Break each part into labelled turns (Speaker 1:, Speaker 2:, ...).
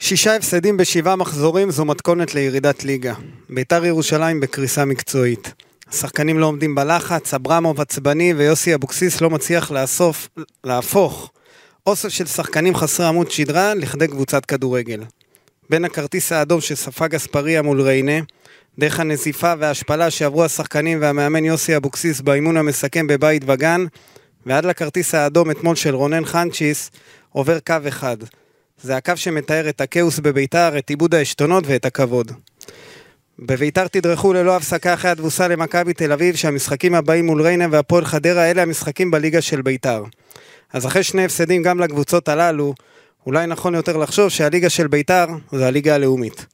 Speaker 1: שישה הפסדים בשבעה מחזורים זו מתכונת לירידת ליגה. ביתר ירושלים בקריסה מקצועית. השחקנים לא עומדים בלחץ, אברמוב עצבני ויוסי אבוקסיס לא מצליח לאסוף, להפוך אוסף של שחקנים חסרי עמוד שדרה לכדי קבוצת כדורגל. בין הכרטיס האדום שספג אספריה מול ריינה, דרך הנזיפה וההשפלה שעברו השחקנים והמאמן יוסי אבוקסיס באימון המסכם בבית וגן, ועד לכרטיס האדום אתמול של רונן חנצ'יס, עובר קו אחד. זה הקו שמתאר את הכאוס בביתר, את עיבוד העשתונות ואת הכבוד. בביתר תדרכו ללא הפסקה אחרי התבוסה למכבי תל אביב שהמשחקים הבאים מול ריינה והפועל חדרה אלה המשחקים בליגה של ביתר. אז אחרי שני הפסדים גם לקבוצות הללו, אולי נכון יותר לחשוב שהליגה של ביתר זה הליגה הלאומית.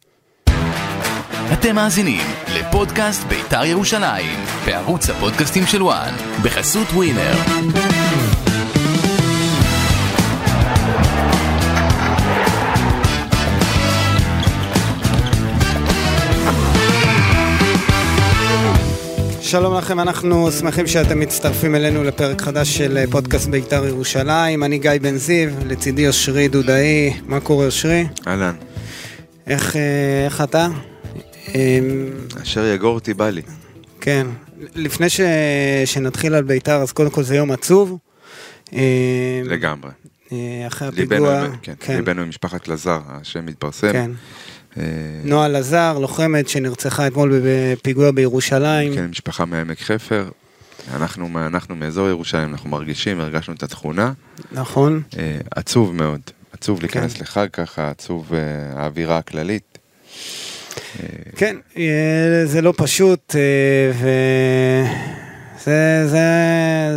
Speaker 2: אתם מאזינים לפודקאסט בית"ר ירושלים, בערוץ הפודקאסטים של וואן, בחסות ווינר.
Speaker 1: שלום לכם, אנחנו שמחים שאתם מצטרפים אלינו לפרק חדש של אה, פודקאסט בית"ר ירושלים. אני גיא בן זיו, לצידי אושרי דודאי. מה קורה אושרי?
Speaker 3: אהלן,
Speaker 1: איך, אה, איך אתה? אמ,
Speaker 3: אשר יגורתי בא לי.
Speaker 1: כן, לפני ש... שנתחיל על בית"ר, אז קודם כל זה יום עצוב. אמ,
Speaker 3: לגמרי.
Speaker 1: אה, אחרי
Speaker 3: ליבנו
Speaker 1: הפיגוע,
Speaker 3: עם- כן, ליבנו עם משפחת לזר, השם מתפרסם.
Speaker 1: כן.
Speaker 3: אה,
Speaker 1: נועה לזר, לוחמת שנרצחה אתמול בפיגוע בירושלים.
Speaker 3: כן, משפחה מעמק חפר. אנחנו, מה- אנחנו מאזור ירושלים, אנחנו מרגישים, הרגשנו את התכונה.
Speaker 1: נכון.
Speaker 3: אה, עצוב מאוד. עצוב להיכנס
Speaker 1: כן.
Speaker 3: לחג ככה, עצוב אה, האווירה הכללית.
Speaker 1: כן, אה, זה לא פשוט, אה, ו... זה, זה,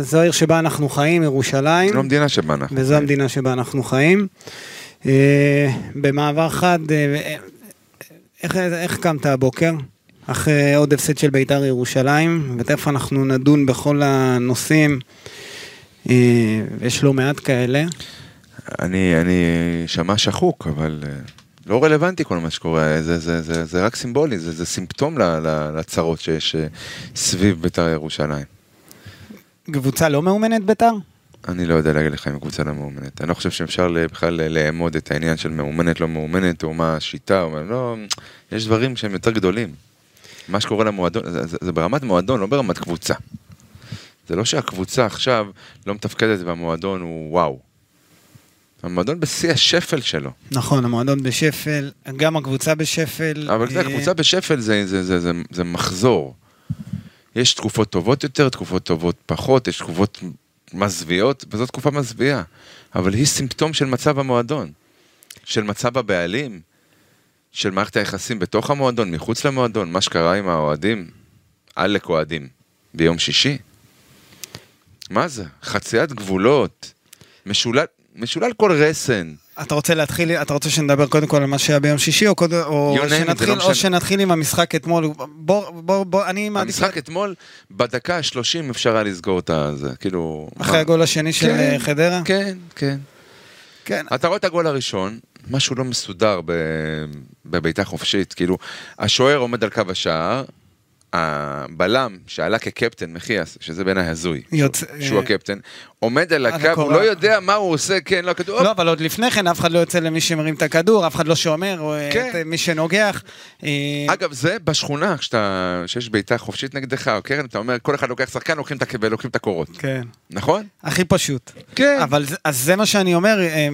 Speaker 1: זו העיר שבה אנחנו חיים, ירושלים,
Speaker 3: זו לא המדינה שבה אנחנו.
Speaker 1: כן. וזו המדינה שבה אנחנו חיים. אה, במעבר חד, אה, איך, איך קמת הבוקר? אחרי עוד הפסד של בית"ר ירושלים, ותכף אנחנו נדון בכל הנושאים, אה, יש לא מעט כאלה.
Speaker 3: אני, אני שמע שחוק, אבל אה, לא רלוונטי כל מה שקורה, זה, זה, זה, זה רק סימבולי, זה, זה סימפטום ל- ל- לצרות שיש אה, סביב בית"ר ירושלים.
Speaker 1: קבוצה לא מאומנת בית"ר?
Speaker 3: אני לא יודע להגיד לך אם קבוצה לא מאומנת. אני לא חושב שאפשר ל- בכלל לאמוד את העניין של מאומנת, לא מאומנת, או מה השיטה, או מה לא, יש דברים שהם יותר גדולים. מה שקורה למועדון, זה, זה, זה ברמת מועדון, לא ברמת קבוצה. זה לא שהקבוצה עכשיו לא מתפקדת והמועדון הוא וואו. המועדון בשיא השפל שלו.
Speaker 1: נכון, המועדון בשפל, גם הקבוצה בשפל.
Speaker 3: אבל אתה יודע,
Speaker 1: אה,
Speaker 3: קבוצה בשפל זה, זה, זה, זה, זה מחזור. יש תקופות טובות יותר, תקופות טובות פחות, יש תקופות מזוויעות, וזו תקופה מזוויעה. אבל היא סימפטום של מצב המועדון, של מצב הבעלים, של מערכת היחסים בתוך המועדון, מחוץ למועדון, מה שקרה עם האוהדים, עלק אוהדים, ביום שישי. מה זה? חציית גבולות, משולל, משולל כל רסן.
Speaker 1: אתה רוצה להתחיל, אתה רוצה שנדבר קודם כל על מה שהיה ביום שישי, או, קודם, או,
Speaker 3: יונן, זה לא
Speaker 1: שנתחיל, או
Speaker 3: משנה.
Speaker 1: שנתחיל עם המשחק אתמול? בוא, בוא, בוא, אני מעדיף...
Speaker 3: המשחק אתמול, בדקה ה-30 אפשר היה לסגור את הזה, כאילו...
Speaker 1: אחרי הגול השני של אה, חדרה?
Speaker 3: כן, כן.
Speaker 1: כן.
Speaker 3: אתה רואה את הגול הראשון, משהו לא מסודר ב- בבעיטה חופשית, כאילו, השוער עומד על קו השער, הבלם שעלה כקפטן, מחיאס, שזה בעיניי הזוי,
Speaker 1: יוצא...
Speaker 3: שהוא
Speaker 1: אה,
Speaker 3: הקפטן, עומד על
Speaker 1: על
Speaker 3: הקו, הוא
Speaker 1: הקורה.
Speaker 3: לא יודע מה הוא עושה, כן, לא כתוב,
Speaker 1: לא, אבל עוד לפני כן, אף אחד לא יוצא למי שמרים את הכדור, אף אחד לא שומר, או אה,
Speaker 3: כן.
Speaker 1: את מי שנוגח. אה,
Speaker 3: אגב, זה בשכונה, כשאתה- כשיש בעיטה חופשית נגדך, או קרן, אתה אומר, כל אחד לוקח שחקן, לוקחים את הכבל, לוקחים את הקורות,
Speaker 1: כן.
Speaker 3: נכון?
Speaker 1: הכי פשוט.
Speaker 3: כן.
Speaker 1: אבל זה- אז זה מה שאני אומר, אה,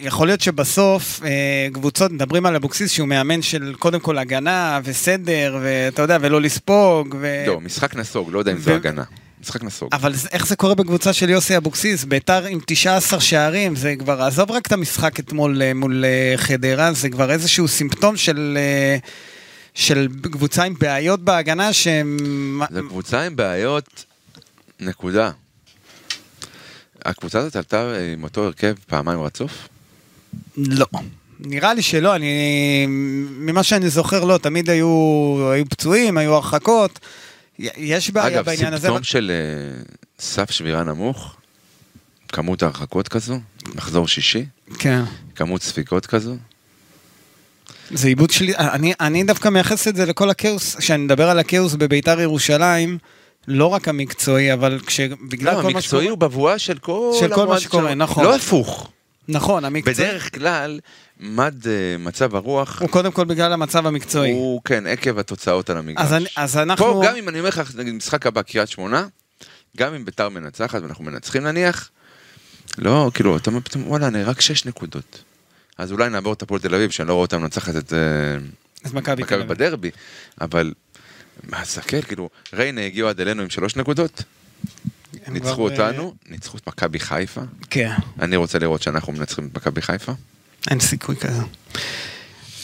Speaker 1: יכול להיות שבסוף אה, קבוצות, מדברים על אבוקסיס שהוא מאמן של קודם כל הגנה וסדר, ואתה יודע, ולא לספוג. ו...
Speaker 3: לא, משחק נסוג, לא יודע אם זו
Speaker 1: ו-
Speaker 3: הגנה. משחק נסוג.
Speaker 1: אבל זה- איך זה קורה בקבוצה של יוסי אבוקסיס? ביתר עם 19 שערים, זה כבר, עזוב רק את המשחק אתמול אה, מול אה, חדרה, זה כבר איזשהו סימפטום של, אה, של קבוצה עם בעיות בהגנה שהם...
Speaker 3: זו קבוצה עם בעיות, נקודה. הקבוצה הזאת עלתה אה, עם אותו הרכב פעמיים רצוף?
Speaker 1: לא. נראה לי שלא, אני... ממה שאני זוכר, לא, תמיד היו, היו פצועים, היו הרחקות. י- יש בעיה
Speaker 3: אגב,
Speaker 1: בעניין הזה.
Speaker 3: סימפטום של אה, סף שבירה נמוך, כמות הרחקות כזו, מחזור שישי,
Speaker 1: אבל- כן.
Speaker 3: כמות ספיקות כזו.
Speaker 1: זה עיבוד שלי, אני, אני דווקא מייחס את זה לכל הכאוס, כשאני מדבר על הכאוס בביתר ירושלים, לא רק המקצועי, אבל כש... בגלל
Speaker 3: לא,
Speaker 1: כל מה
Speaker 3: המקצועי
Speaker 1: שקורה...
Speaker 3: הוא בבואה של כל
Speaker 1: של כל מה
Speaker 3: המועד
Speaker 1: שקורה,
Speaker 3: שם.
Speaker 1: נכון.
Speaker 3: לא הפוך.
Speaker 1: נכון, המקצועי.
Speaker 3: בדרך כלל, מד אה, מצב הרוח,
Speaker 1: הוא קודם כל בגלל המצב המקצועי.
Speaker 3: הוא, כן, עקב התוצאות על המגרש.
Speaker 1: אז אני- אז אנחנו...
Speaker 3: פה, גם אם אני אומר לך, נגיד, משחק הבא, קריית שמונה, גם אם ביתר מנצחת ואנחנו מנצחים נניח, לא, כאילו, אתה אומר פתאום, וואלה, אני רק שש נקודות. אז אולי נעבור את הפועל תל אביב, שאני לא רואה אותה מנצחת את אה,
Speaker 1: אז מכבי תל
Speaker 3: מכבי
Speaker 1: אביב.
Speaker 3: בדרבי, אבל... מה סקל, כאילו, ריינה הגיעו עד אלינו עם שלוש נקודות,
Speaker 1: הם
Speaker 3: ניצחו
Speaker 1: כבר, אה,
Speaker 3: אותנו, ניצחו את מכבי חיפה,
Speaker 1: כן,
Speaker 3: אני רוצה לראות שאנחנו מנצחים את מכבי חיפה.
Speaker 1: אין סיכוי כזה.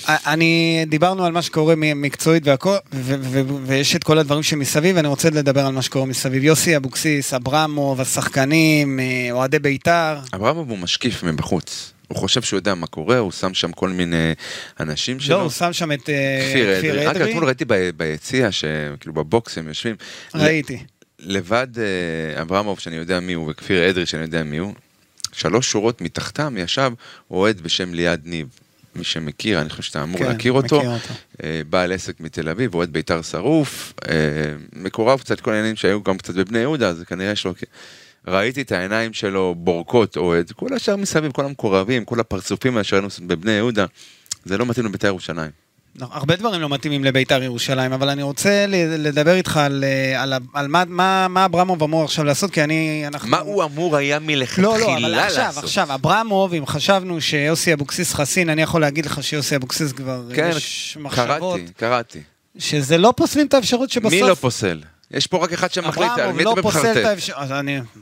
Speaker 1: א- אני, דיברנו על מה שקורה מ- מקצועית והכל, ו- ו- ו- ויש את כל הדברים שמסביב, אני רוצה לדבר על מה שקורה מסביב. יוסי אבוקסיס, אברמוב, השחקנים, אה, אוהדי בית"ר.
Speaker 3: אברמוב הוא משקיף מבחוץ, הוא חושב שהוא יודע מה קורה, הוא שם שם כל מיני אנשים שלו.
Speaker 1: לא, הוא שם שם את אה,
Speaker 3: כפיר אדרי.
Speaker 1: כפיר
Speaker 3: אגב,
Speaker 1: אדרי.
Speaker 3: אתמול ראיתי ב- ביציע, ש- כאילו בבוקס הם יושבים.
Speaker 1: ראיתי.
Speaker 3: ל- לבד אה, אברמוב, שאני יודע מי הוא, וכפיר אדרי, שאני יודע מי הוא, שלוש שורות מתחתם ישב אוהד בשם ליעד ניב. מי שמכיר, אני חושב שאתה אמור
Speaker 1: כן,
Speaker 3: להכיר אותו.
Speaker 1: מכיר אותו.
Speaker 3: אה, בעל עסק מתל אביב, אוהד בית"ר שרוף, אה, מקורב קצת כל העניינים שהיו גם קצת בבני יהודה, אז כנראה יש לו... ראיתי את העיניים שלו בורקות אוהד, כל השאר מסביב, כל המקורבים, כל הפרצופים האלה שראינו בבני יהודה, זה לא מתאים לבית"ר ירושלים.
Speaker 1: לא, הרבה דברים לא מתאימים לביתר ירושלים, אבל אני רוצה ל- לדבר איתך על, אה, על, ה- על מה, מה, מה אברמוב אמור עכשיו לעשות, כי אני... אנחנו...
Speaker 3: מה הוא אמור היה מלכתחילה
Speaker 1: לא,
Speaker 3: לעשות?
Speaker 1: לא, אבל עכשיו, עכשיו, אברמוב, אם חשבנו שיוסי אבוקסיס חסין, אני יכול להגיד לך שיוסי אבוקסיס כבר, אה,
Speaker 3: כן,
Speaker 1: יש מחשבות,
Speaker 3: קראתי, קראתי.
Speaker 1: שזה לא פוסלים את האפשרות שבסוף...
Speaker 3: מי לא פוסל? יש פה רק אחד שמחליט, על
Speaker 1: אברמוב
Speaker 3: מי
Speaker 1: לא
Speaker 3: אתה
Speaker 1: פוסל את
Speaker 3: מחרטט?
Speaker 1: האפשרות,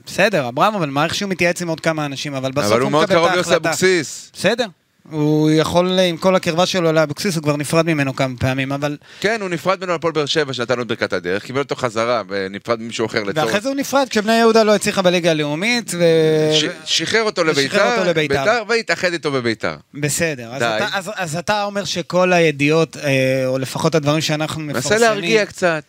Speaker 1: בסדר, אברמוב, אני מעריך שהוא מתייעץ עם עוד כמה אנשים, אבל בסוף
Speaker 3: אבל הוא
Speaker 1: הוא
Speaker 3: מאוד
Speaker 1: מקבל את
Speaker 3: קרוב ליוסי
Speaker 1: ההחלטה.
Speaker 3: אבוקסיס.
Speaker 1: בסדר, הוא יכול, אה, עם כל הקרבה שלו לאבוקסיס, הוא כבר נפרד ממנו כמה פעמים, אבל...
Speaker 3: כן, הוא נפרד ממנו הפועל באר שבע, שנתן לו את ברכת הדרך, קיבל אותו חזרה, ונפרד ממישהו אחר לצורך.
Speaker 1: ואחרי זה הוא נפרד כשבני יהודה לא הצליחה בליגה הלאומית, ו...
Speaker 3: ש- שחרר אותו
Speaker 1: ושחרר
Speaker 3: לביתר,
Speaker 1: אותו לביתר.
Speaker 3: ביתר, והתאחד איתו בביתר.
Speaker 1: בסדר, אז
Speaker 3: די.
Speaker 1: אתה, אז, אז אתה אומר שכל הידיעות, אה, או לפחות הדברים שאנחנו מפרסמים...
Speaker 3: מנסה להרגיע קצת.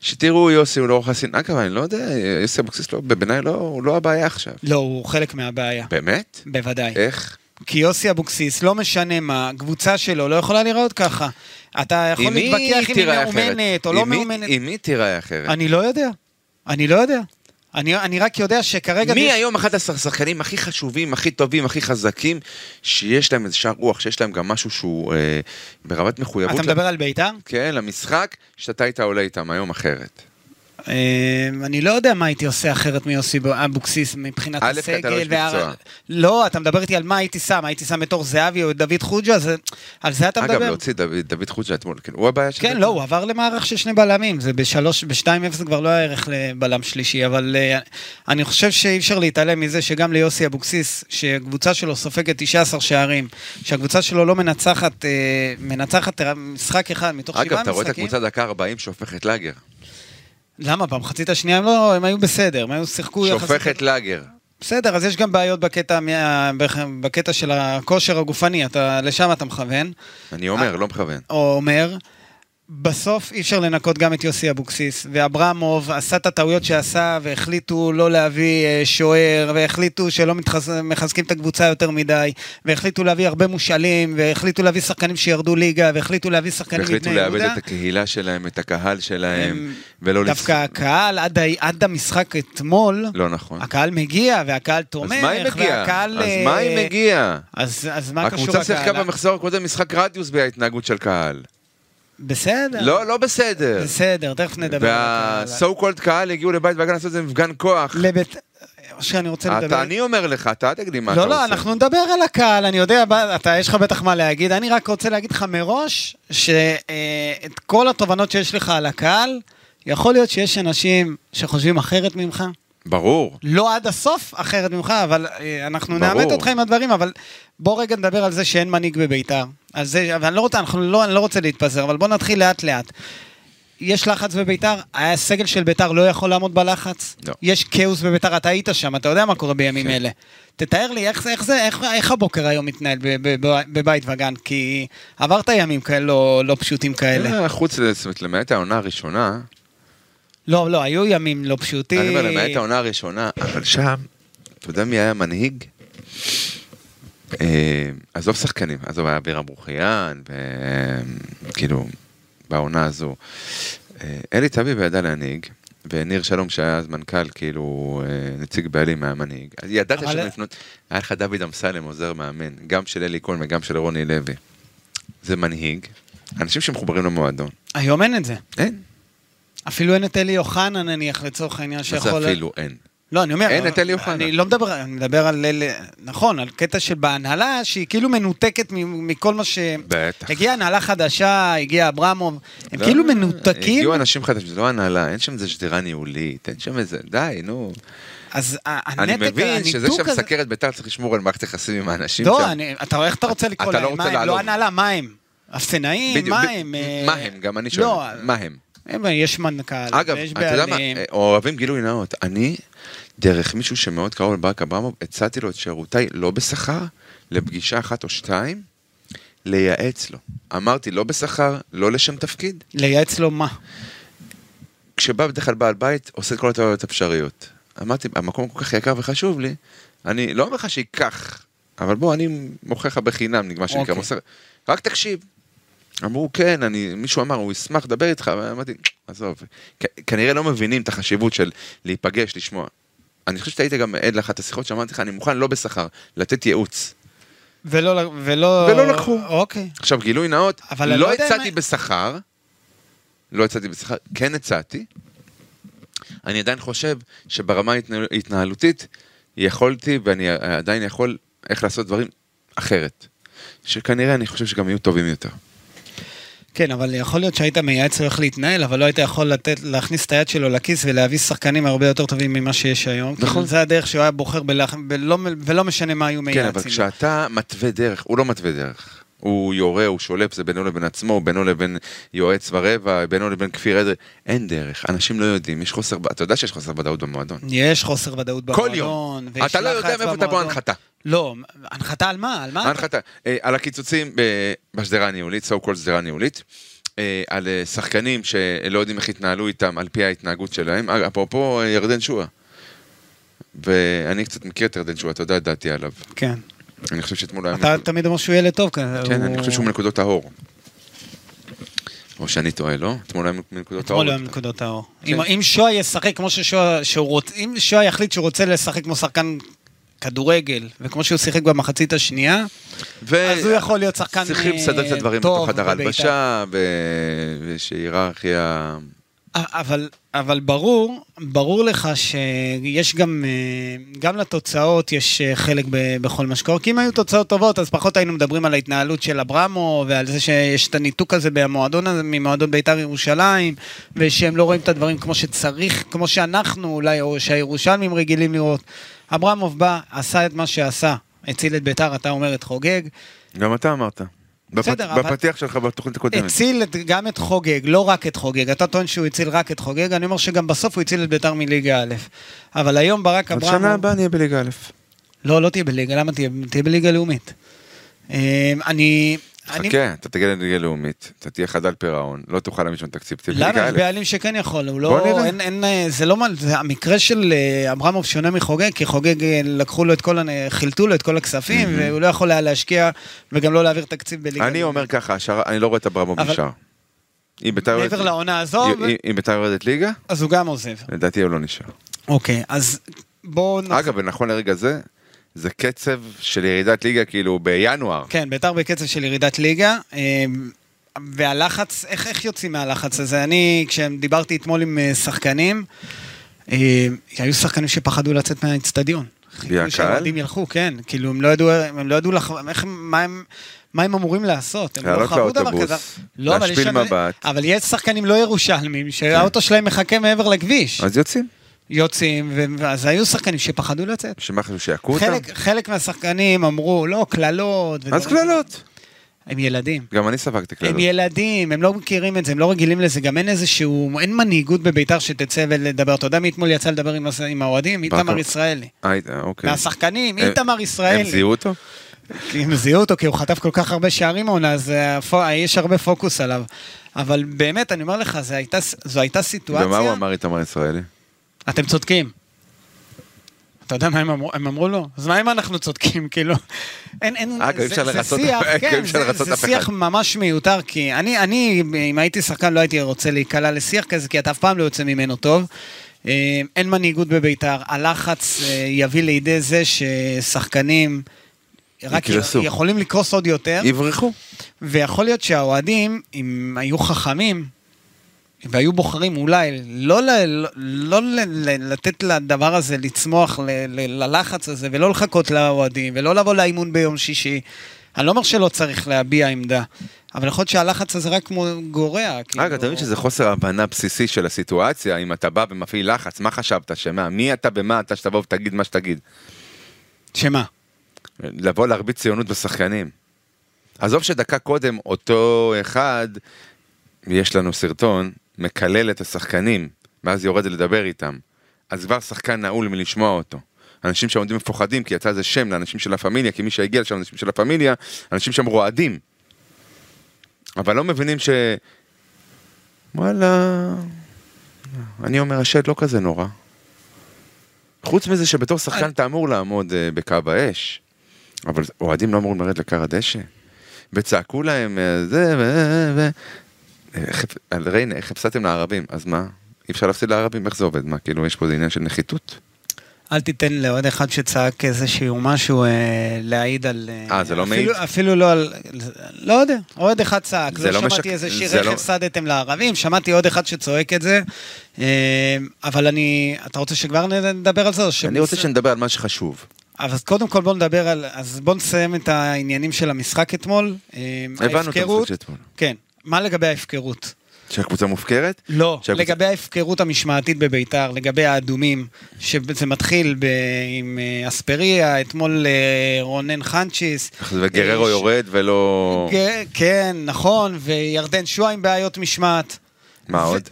Speaker 3: שתראו, יוסי הוא לא חסין. אגב, אני לא יודע, יוסי אבוקסיס לא, בעיניי לא, הוא לא הבעיה עכשיו.
Speaker 1: לא, הוא חלק מהבעיה,
Speaker 3: באמת?
Speaker 1: בוודאי.
Speaker 3: איך?
Speaker 1: כי יוסי אבוקסיס, לא משנה מה, קבוצה שלו לא יכולה להיראות ככה. אתה יכול
Speaker 3: עם מי
Speaker 1: להתווכח אם היא
Speaker 3: תיראה אחרת?
Speaker 1: מאומנת או לא
Speaker 3: עם מי-
Speaker 1: מאומנת.
Speaker 3: עם מי תיראה אחרת?
Speaker 1: אני לא יודע. אני לא יודע. אני, אני רק יודע שכרגע...
Speaker 3: מי
Speaker 1: יש-
Speaker 3: היום אחד השחקנים הכי חשובים, הכי טובים, הכי חזקים, שיש להם איזה שער רוח, שיש להם גם משהו שהוא אה, ברמת מחויבות.
Speaker 1: אתה
Speaker 3: ל-
Speaker 1: מדבר על בית"ר?
Speaker 3: כן, למשחק, שאתה היית עולה איתם היום אחרת.
Speaker 1: אה, אני לא יודע מה הייתי עושה אחרת מיוסי ב- אבוקסיס מבחינת
Speaker 3: א', כי אתה לא
Speaker 1: הסגל.
Speaker 3: איש
Speaker 1: וה-
Speaker 3: מקצוע.
Speaker 1: לא, אתה מדבר איתי על מה הייתי שם, הייתי שם את אור זהבי או את דוד חוג'ה, אז על זה אתה מדבר?
Speaker 3: אגב, להוציא דוד, דוד חוג'ה אתמול, כן, הוא הבעיה של
Speaker 1: כן,
Speaker 3: בית"ר?
Speaker 1: לא, הוא עבר למערך של שני בלמים, זה בשלוש, בשתיים אפס כבר לא היה ערך לבלם שלישי, אבל אה, אני חושב שאי אפשר להתעלם מזה שגם ליוסי אבוקסיס, שהקבוצה שלו סופגת 19 שערים, שהקבוצה שלו לא מנצחת, אה, מנצחת אה, משחק אחד מתוך
Speaker 3: אגב,
Speaker 1: שבעה
Speaker 3: אתה רואה את
Speaker 1: משחקים,
Speaker 3: הקבוצה דקה 40 שהופכת לאגר.
Speaker 1: למה? במחצית השנייה הם לא, הם היו בסדר, הם היו שיחקו
Speaker 3: שהופכת לאגר.
Speaker 1: בסדר, אז יש גם בעיות בקטע, מה- בקטע של הכושר הגופני, אתה, לשם אתה מכוון.
Speaker 3: אני אומר, לא מכוון.
Speaker 1: או אומר, בסוף אי אפשר לנקות גם את יוסי אבוקסיס, ואברמוב עשה את הטעויות שעשה, והחליטו לא להביא אה, שוער, והחליטו שלא מתחז... מחזקים את הקבוצה יותר מדי, והחליטו להביא הרבה מושאלים, והחליטו להביא שחקנים שירדו ליגה, והחליטו להביא שחקנים מבני
Speaker 3: והחליטו
Speaker 1: יהודה.
Speaker 3: לאבד את הקהילה שלהם, את הקהל שלהם,
Speaker 1: הם-
Speaker 3: ולא...
Speaker 1: דווקא
Speaker 3: לצ-
Speaker 1: הקהל, עד, ה... עד המשחק אתמול,
Speaker 3: לא נכון.
Speaker 1: הקהל מגיע, והקהל תומך,
Speaker 3: אז מה אם מגיע?
Speaker 1: והקהל...
Speaker 3: אז מה
Speaker 1: אה,
Speaker 3: אם מגיע?
Speaker 1: אז, אז מה קשור הקהל?
Speaker 3: הקבוצה שיחקה במחזור הקודם משחק רדיוס בהתנהגות של קהל.
Speaker 1: בסדר.
Speaker 3: לא, לא בסדר.
Speaker 1: בסדר, תכף נדבר. על הקהל.
Speaker 3: וה-so called קהל הגיעו לבית והגן לעשות את זה מפגן כוח.
Speaker 1: לבית... אושרי, אני רוצה לדבר...
Speaker 3: אתה, אני אומר לך, אתה אל תגיד לי מה אתה
Speaker 1: לא,
Speaker 3: רוצה.
Speaker 1: לא, אנחנו נדבר על הקהל, אני יודע, ב- אתה, יש לך בטח מה להגיד. אני רק רוצה להגיד לך מראש, שאת כל התובנות שיש לך על הקהל, יכול להיות שיש אנשים שחושבים אחרת ממך,
Speaker 3: ברור.
Speaker 1: לא עד הסוף אחרת ממך, אבל אה, אנחנו
Speaker 3: ברור.
Speaker 1: נעמת אותך עם הדברים, אבל בוא רגע נדבר על זה שאין מנהיג בביתר. על זה, אבל אני לא רוצה, אנחנו לא, אני לא רוצה להתפזר, אבל בוא נתחיל לאט-לאט. יש לחץ בביתר, הסגל של ביתר לא יכול לעמוד בלחץ.
Speaker 3: לא.
Speaker 1: יש כאוס בביתר, אתה היית שם, אתה יודע מה קורה בימים
Speaker 3: כן.
Speaker 1: אלה. תתאר לי איך זה, איך זה, איך, איך הבוקר היום מתנהל ב- ב- ב- בבית וגן, כי עברת ימים כאלה לא, לא פשוטים כאלה.
Speaker 3: אה, חוץ לזה, זאת אומרת, למעט העונה הראשונה,
Speaker 1: לא, לא, היו ימים לא פשוטים.
Speaker 3: אני אומר למעט העונה הראשונה, אבל שם, אתה יודע מי היה מנהיג? אה, עזוב שחקנים, עזוב, היה בירם ברוכיאן, כאילו, וכאילו, בעונה הזו. אה, אלי טביב ידע להנהיג, וניר שלום שהיה אז מנכ"ל, כאילו אה, נציג בעלים היה מנהיג. אז ידעת
Speaker 1: אבל-
Speaker 3: שאני לפנות, היה לך דוד אמסלם עוזר מאמן, גם של אלי כהן וגם של רוני לוי. זה מנהיג, אנשים שמחוברים למועדון.
Speaker 1: היום אין את זה.
Speaker 3: אין,
Speaker 1: אפילו אין את אלי אוחנה נניח, לצורך העניין,
Speaker 3: מה זה
Speaker 1: שיכול...
Speaker 3: אפילו אין.
Speaker 1: לא, אני אומר...
Speaker 3: אין
Speaker 1: אבל-
Speaker 3: את אלי אוחנה.
Speaker 1: אני לא מדבר, אני מדבר על... אלה- נכון, על קטע של בהנהלה, שהיא כאילו מנותקת מ- מכל מה ש...
Speaker 3: בטח.
Speaker 1: הגיעה הנהלה חדשה, הגיע אברמוב, הם
Speaker 3: לא,
Speaker 1: כאילו מנותקים.
Speaker 3: הגיעו אנשים חדשים, זה לא הנהלה, אין שם איזה שדרה ניהולית, אין שם איזה, די, נו.
Speaker 1: אז ה-
Speaker 3: אני
Speaker 1: הנתק,
Speaker 3: מבין שזה
Speaker 1: הניתוק הזה-
Speaker 3: שמסקר את בית"ר צריך לשמור על מערכת יחסים עם האנשים
Speaker 1: לא,
Speaker 3: שם.
Speaker 1: אני- אתה רואה איך אתה רוצה לקרוא
Speaker 3: אתה לא
Speaker 1: להם,
Speaker 3: רוצה
Speaker 1: מה הם? לא
Speaker 3: לעלוב.
Speaker 1: הנהלה, מה הם? אפסנאים,
Speaker 3: בדיוק,
Speaker 1: מה
Speaker 3: ב-
Speaker 1: הם? אה,
Speaker 3: מה הם? גם אני שואל,
Speaker 1: לא,
Speaker 3: מה הם?
Speaker 1: הם- יש מנכ"ל,
Speaker 3: אגב,
Speaker 1: ויש
Speaker 3: אתה יודע מה,
Speaker 1: בעלים.
Speaker 3: אה, אוהבים גילוי נאות. אני, דרך מישהו שמאוד קרוב לברק אברמוב, הצעתי לו את שירותיי לא בשכר, לפגישה אחת או שתיים, לייעץ לו. אמרתי, לא בשכר, לא לשם תפקיד.
Speaker 1: לייעץ לו מה?
Speaker 3: כשבא בדרך כלל בעל בית, עושה את כל הטעויות האפשריות. אמרתי, המקום כל כך יקר וחשוב לי, אני לא אומר לך שייקח, אבל בוא, אני מוכר לך בחינם, נגמר שנקרא
Speaker 1: אוקיי.
Speaker 3: מוסר. רק תקשיב. אמרו, כן, אני, מישהו אמר, הוא ישמח לדבר איתך, אבל אמרתי, עזוב. כ- כנראה לא מבינים את החשיבות של להיפגש, לשמוע. אני חושב שאתה היית גם עד לאחת השיחות שאמרתי לך, אני מוכן לא בשכר, לתת ייעוץ.
Speaker 1: ולא, ל- ולא...
Speaker 3: ולא לקחו.
Speaker 1: אוקיי.
Speaker 3: עכשיו, גילוי נאות,
Speaker 1: אבל אני לא
Speaker 3: לא
Speaker 1: יודע
Speaker 3: הצעתי
Speaker 1: מה-
Speaker 3: בשכר, לא הצעתי בשכר, כן הצעתי. אני עדיין חושב שברמה ההתנה- ההתנהלותית יכולתי ואני עדיין יכול איך לעשות דברים אחרת. שכנראה אני חושב שגם יהיו טובים יותר.
Speaker 1: כן, אבל יכול להיות שהיית מייעץ לו איך להתנהל, אבל לא היית יכול לתת, להכניס את היד שלו לכיס ולהביא שחקנים הרבה יותר טובים ממה שיש היום.
Speaker 3: נכון.
Speaker 1: כאילו, זה הדרך שהוא היה בוחר, בלח... בלא... ולא משנה מה היו מייעצים.
Speaker 3: כן, אבל כשאתה מתווה דרך, הוא לא מתווה דרך. הוא יורה, הוא שולף, זה בינו לבין עצמו, בינו לבין יועץ ורבע, בינו לבין כפיר אדרי, אין דרך, אנשים לא יודעים, יש חוסר, אתה יודע שיש חוסר ודאות במועדון.
Speaker 1: יש חוסר ודאות
Speaker 3: כל
Speaker 1: במועדון.
Speaker 3: יום.
Speaker 1: ויש
Speaker 3: אתה לא
Speaker 1: לחץ
Speaker 3: יודע מאיפה תבוא
Speaker 1: במועדון.
Speaker 3: ההנחתה.
Speaker 1: לא, הנחתה על מה? על מה?
Speaker 3: ההנחתה, אה, על הקיצוצים ב- בשדרה הניהולית, so called שדרה ניהולית, אה, על אה, שחקנים שלא יודעים איך התנהלו איתם על פי ההתנהגות שלהם, אה, אפרופו אה, ירדן שועה. ואני קצת מכיר את ירדן שועה, אתה יודע את דעתי עליו.
Speaker 1: כן.
Speaker 3: אני חושב שאתמול היה...
Speaker 1: אתה
Speaker 3: מנקוד-
Speaker 1: תמיד אומר שהוא ילד טוב כזה.
Speaker 3: כן,
Speaker 1: הוא-
Speaker 3: אני חושב שהוא מנקודות האור. או שאני טועה, לא? אתמול היה מנקודות האור.
Speaker 1: אתמול היו נקודות האור.
Speaker 3: כן.
Speaker 1: אם- אם שואה ישחק כמו ששואה, שהוא רוצ- אם שואה יחליט שהוא רוצה לשחק כמו שחקן כדורגל, וכמו שהוא שיחק במחצית השנייה,
Speaker 3: ו-
Speaker 1: אז הוא יכול להיות שחקן,
Speaker 3: צריכים
Speaker 1: אה,
Speaker 3: לסדר את הדברים
Speaker 1: טוב
Speaker 3: בתוך חדר
Speaker 1: בבית"ר.
Speaker 3: ההלבשה, ו- ושהיררכיה...
Speaker 1: אה, אבל, אבל ברור, ברור לך שיש גם, אה, גם לתוצאות יש אה, חלק ב, בכל מה שקורה, כי אם היו תוצאות טובות, אז פחות היינו מדברים על ההתנהלות של אברמו, ועל זה שיש את הניתוק הזה במועדון הזה, ממועדון בית"ר ירושלים, ושהם לא רואים את הדברים כמו שצריך, כמו שאנחנו אולי, או שהירושלמים רגילים לראות. אברמוב בא, עשה את מה שעשה, הציל את בית"ר, אתה אומר את חוגג,
Speaker 3: גם אתה אמרת.
Speaker 1: בסדר, אבל-
Speaker 3: בפתיח שלך בתוכנית הקודמת.
Speaker 1: הציל את, גם את חוגג, לא רק את חוגג. אתה טוען שהוא הציל רק את חוגג, אני אומר שגם בסוף הוא הציל את ביתר מליגה א'. אבל היום ברק
Speaker 3: אז
Speaker 1: אברהם...
Speaker 3: שנה הבאה נהיה בליגה א'.
Speaker 1: לא, לא תהיה בליגה, למה תהיה? תהיה בליגה לאומית. אה, אני... אני-
Speaker 3: חכה, אתה תגיע לליגה לאומית, אתה תהיה חדל פירעון, לא תוכל להעמיד שם תקציב, תהיה
Speaker 1: למה?
Speaker 3: בליגה
Speaker 1: יש
Speaker 3: א'.
Speaker 1: בעלים שכן יכול, הוא
Speaker 3: בוא
Speaker 1: לא...
Speaker 3: נראה.
Speaker 1: אין, אין, אה, זה לא... מה- זה המקרה של אה, אברמוב שונה מחוגג, כי חוגג אה, לקחו לו את כל... ה- חילטו לו את כל הכספים, והוא לא יכול היה להשקיע וגם לא להעביר תקציב בליגה
Speaker 3: אני
Speaker 1: לאומית.
Speaker 3: אומר ככה, השאר- אני לא רואה את אברמוב
Speaker 1: אבל-
Speaker 3: נשאר. אם ביתר יורדת-
Speaker 1: מעבר לעונה הזו,
Speaker 3: אם- אם ביתר יורדת ליגה,
Speaker 1: אז הוא גם עוזב.
Speaker 3: לדעתי הוא לא נשאר.
Speaker 1: אוקיי, אז בואו... נח-
Speaker 3: אגב, ונכון לרגע זה, זה קצב של ירידת ליגה כאילו בינואר.
Speaker 1: כן, ביתר בקצב של ירידת ליגה. אה, והלחץ, איך, איך יוצאים מהלחץ הזה? אני, כשדיברתי אתמול עם אה, שחקנים, אה, היו שחקנים שפחדו לצאת מהאיצטדיון. חיכו שהאוהדים ילכו, כן. כאילו, הם לא ידעו, הם לא ידעו לח... איך, מה, הם, מה הם אמורים לעשות. הם לא
Speaker 3: לעלות
Speaker 1: חוו דבר
Speaker 3: לאוטובוס,
Speaker 1: כזה. לא, אבל יש
Speaker 3: להשפיל
Speaker 1: שם-
Speaker 3: מבט. כן.
Speaker 1: אבל יש שחקנים לא ירושלמים, שהאוטו שלהם מחכה מעבר לכביש.
Speaker 3: אז יוצאים.
Speaker 1: יוצאים, ו- אז היו שחקנים שפחדו לצאת.
Speaker 3: שמה חשבו שיעקו אותם?
Speaker 1: חלק, חלק מהשחקנים אמרו, לא, קללות.
Speaker 3: אז
Speaker 1: ודברים-
Speaker 3: קללות.
Speaker 1: הם ילדים.
Speaker 3: גם אני ספגתי
Speaker 1: הם
Speaker 3: קללות.
Speaker 1: ילדים, הם לא מכירים את זה, הם לא רגילים לזה, גם אין איזשהו, אין מנהיגות בביתר שתצא ולדבר. אתה יודע מי אתמול יצא לדבר עם הס- עם האוהדים?
Speaker 3: ברקו.
Speaker 1: איתמר ישראלי.
Speaker 3: אה, אה, אוקיי.
Speaker 1: מהשחקנים,
Speaker 3: הם-
Speaker 1: איתמר
Speaker 3: הם
Speaker 1: ישראלי.
Speaker 3: זיהו אותו?
Speaker 1: כי הם זיהו אותו, כי הוא חטף כל כך הרבה שערים העונה, אז אה, הפו- יש הרבה פוקוס עליו. אבל באמת, אני אומר לך, זה הייתה ס- זו הייתה
Speaker 3: ומה הוא
Speaker 1: סיטואציה,
Speaker 3: אמר איתמר ישראלי?
Speaker 1: אתם צודקים. אתה יודע מה הם אמרו? הם אמרו לא. אז מה אם אנחנו צודקים? כאילו, אין, אין,
Speaker 3: אגב, אי אפשר
Speaker 1: זה- זה
Speaker 3: לרצות-
Speaker 1: שיח,
Speaker 3: אגב,
Speaker 1: כן,
Speaker 3: אי אפשר
Speaker 1: זה-
Speaker 3: לרצות
Speaker 1: זה
Speaker 3: אף אחד.
Speaker 1: שיח ממש מיותר, כי אני, אני, אם הייתי שחקן, לא הייתי רוצה להיקלע לשיח כזה, כי אתה אף פעם לא יוצא ממנו טוב. אה, אין מנהיגות בביתר, הלחץ אה, יביא לידי זה ששחקנים... רק
Speaker 3: יקרסו.
Speaker 1: יכולים לקרוס עוד יותר.
Speaker 3: יברחו.
Speaker 1: ויכול להיות שהאוהדים, אם היו חכמים, והיו בוחרים אולי לא, ל, לא, לא ל, ל, לתת לדבר הזה לצמוח ל, ל, ללחץ הזה, ולא לחכות לאוהדים, ולא לבוא לאימון ביום שישי. אני לא אומר שלא צריך להביע עמדה, אבל יכול להיות שהלחץ הזה רק כמו גורע. כאילו,
Speaker 3: אגב, אתה מבין שזה חוסר הבנה בסיסי של הסיטואציה, אם אתה בא ומפעיל לחץ, מה חשבת, שמה, מי אתה במה אתה שתבוא ותגיד מה שתגיד.
Speaker 1: שמה?
Speaker 3: לבוא להרביץ ציונות בשחקנים. עזוב שדקה קודם אותו אחד, יש לנו סרטון, מקלל את השחקנים, ואז יורד לדבר איתם. אז כבר שחקן נעול מלשמוע אותו. אנשים שם עומדים מפוחדים, כי יצא איזה שם לאנשים של לה פמיליה, כי מי שהגיע לשם אנשים של לה פמיליה, אנשים שם רועדים. אבל לא מבינים ש... וואלה... אני אומר, השד לא כזה נורא. חוץ מזה שבתור שחקן אתה אמור לעמוד אה, בקו האש. אבל אוהדים לא אמורים לרדת לכר הדשא. וצעקו להם, אה, זה, ו... ו... אה, חפ- על ריינה, איך הפסדתם לערבים, אז מה? אי אפשר להפסיד לערבים, איך זה עובד? מה, כאילו, יש פה איזה עניין של נחיתות?
Speaker 1: אל תיתן לעוד אחד שצעק איזשהו משהו אה, להעיד על...
Speaker 3: אה, זה לא
Speaker 1: אפילו-
Speaker 3: מעיד?
Speaker 1: אפילו לא על... לא יודע, עוד אחד צעק.
Speaker 3: זה
Speaker 1: לא
Speaker 3: לא
Speaker 1: שמעתי
Speaker 3: משק-
Speaker 1: איזה שיר,
Speaker 3: זה
Speaker 1: איך
Speaker 3: לא-
Speaker 1: הפסדתם לערבים, שמעתי עוד אחד שצועק את זה. אה, אבל אני... אתה רוצה שכבר נ- נדבר על זה? או
Speaker 3: אני רוצה
Speaker 1: שבס-
Speaker 3: שנדבר על מה שחשוב.
Speaker 1: אז קודם כל בוא נדבר על... אז בוא נסיים את העניינים של המשחק אתמול. אה,
Speaker 3: הבנו את
Speaker 1: ההפקרות-
Speaker 3: המשחק שאתמול.
Speaker 1: כן. מה לגבי ההפקרות?
Speaker 3: שהקבוצה מופקרת?
Speaker 1: לא,
Speaker 3: שהקבוצה-
Speaker 1: לגבי ההפקרות המשמעתית בביתר, לגבי האדומים, שזה מתחיל ב- עם אה, אספריה, אתמול אה, רונן חנצ'יס.
Speaker 3: וגררו
Speaker 1: אה, ש-
Speaker 3: יורד ולא...
Speaker 1: ג- כן, נכון, וירדן שואה עם בעיות משמעת.
Speaker 3: מה
Speaker 1: ו-
Speaker 3: עוד?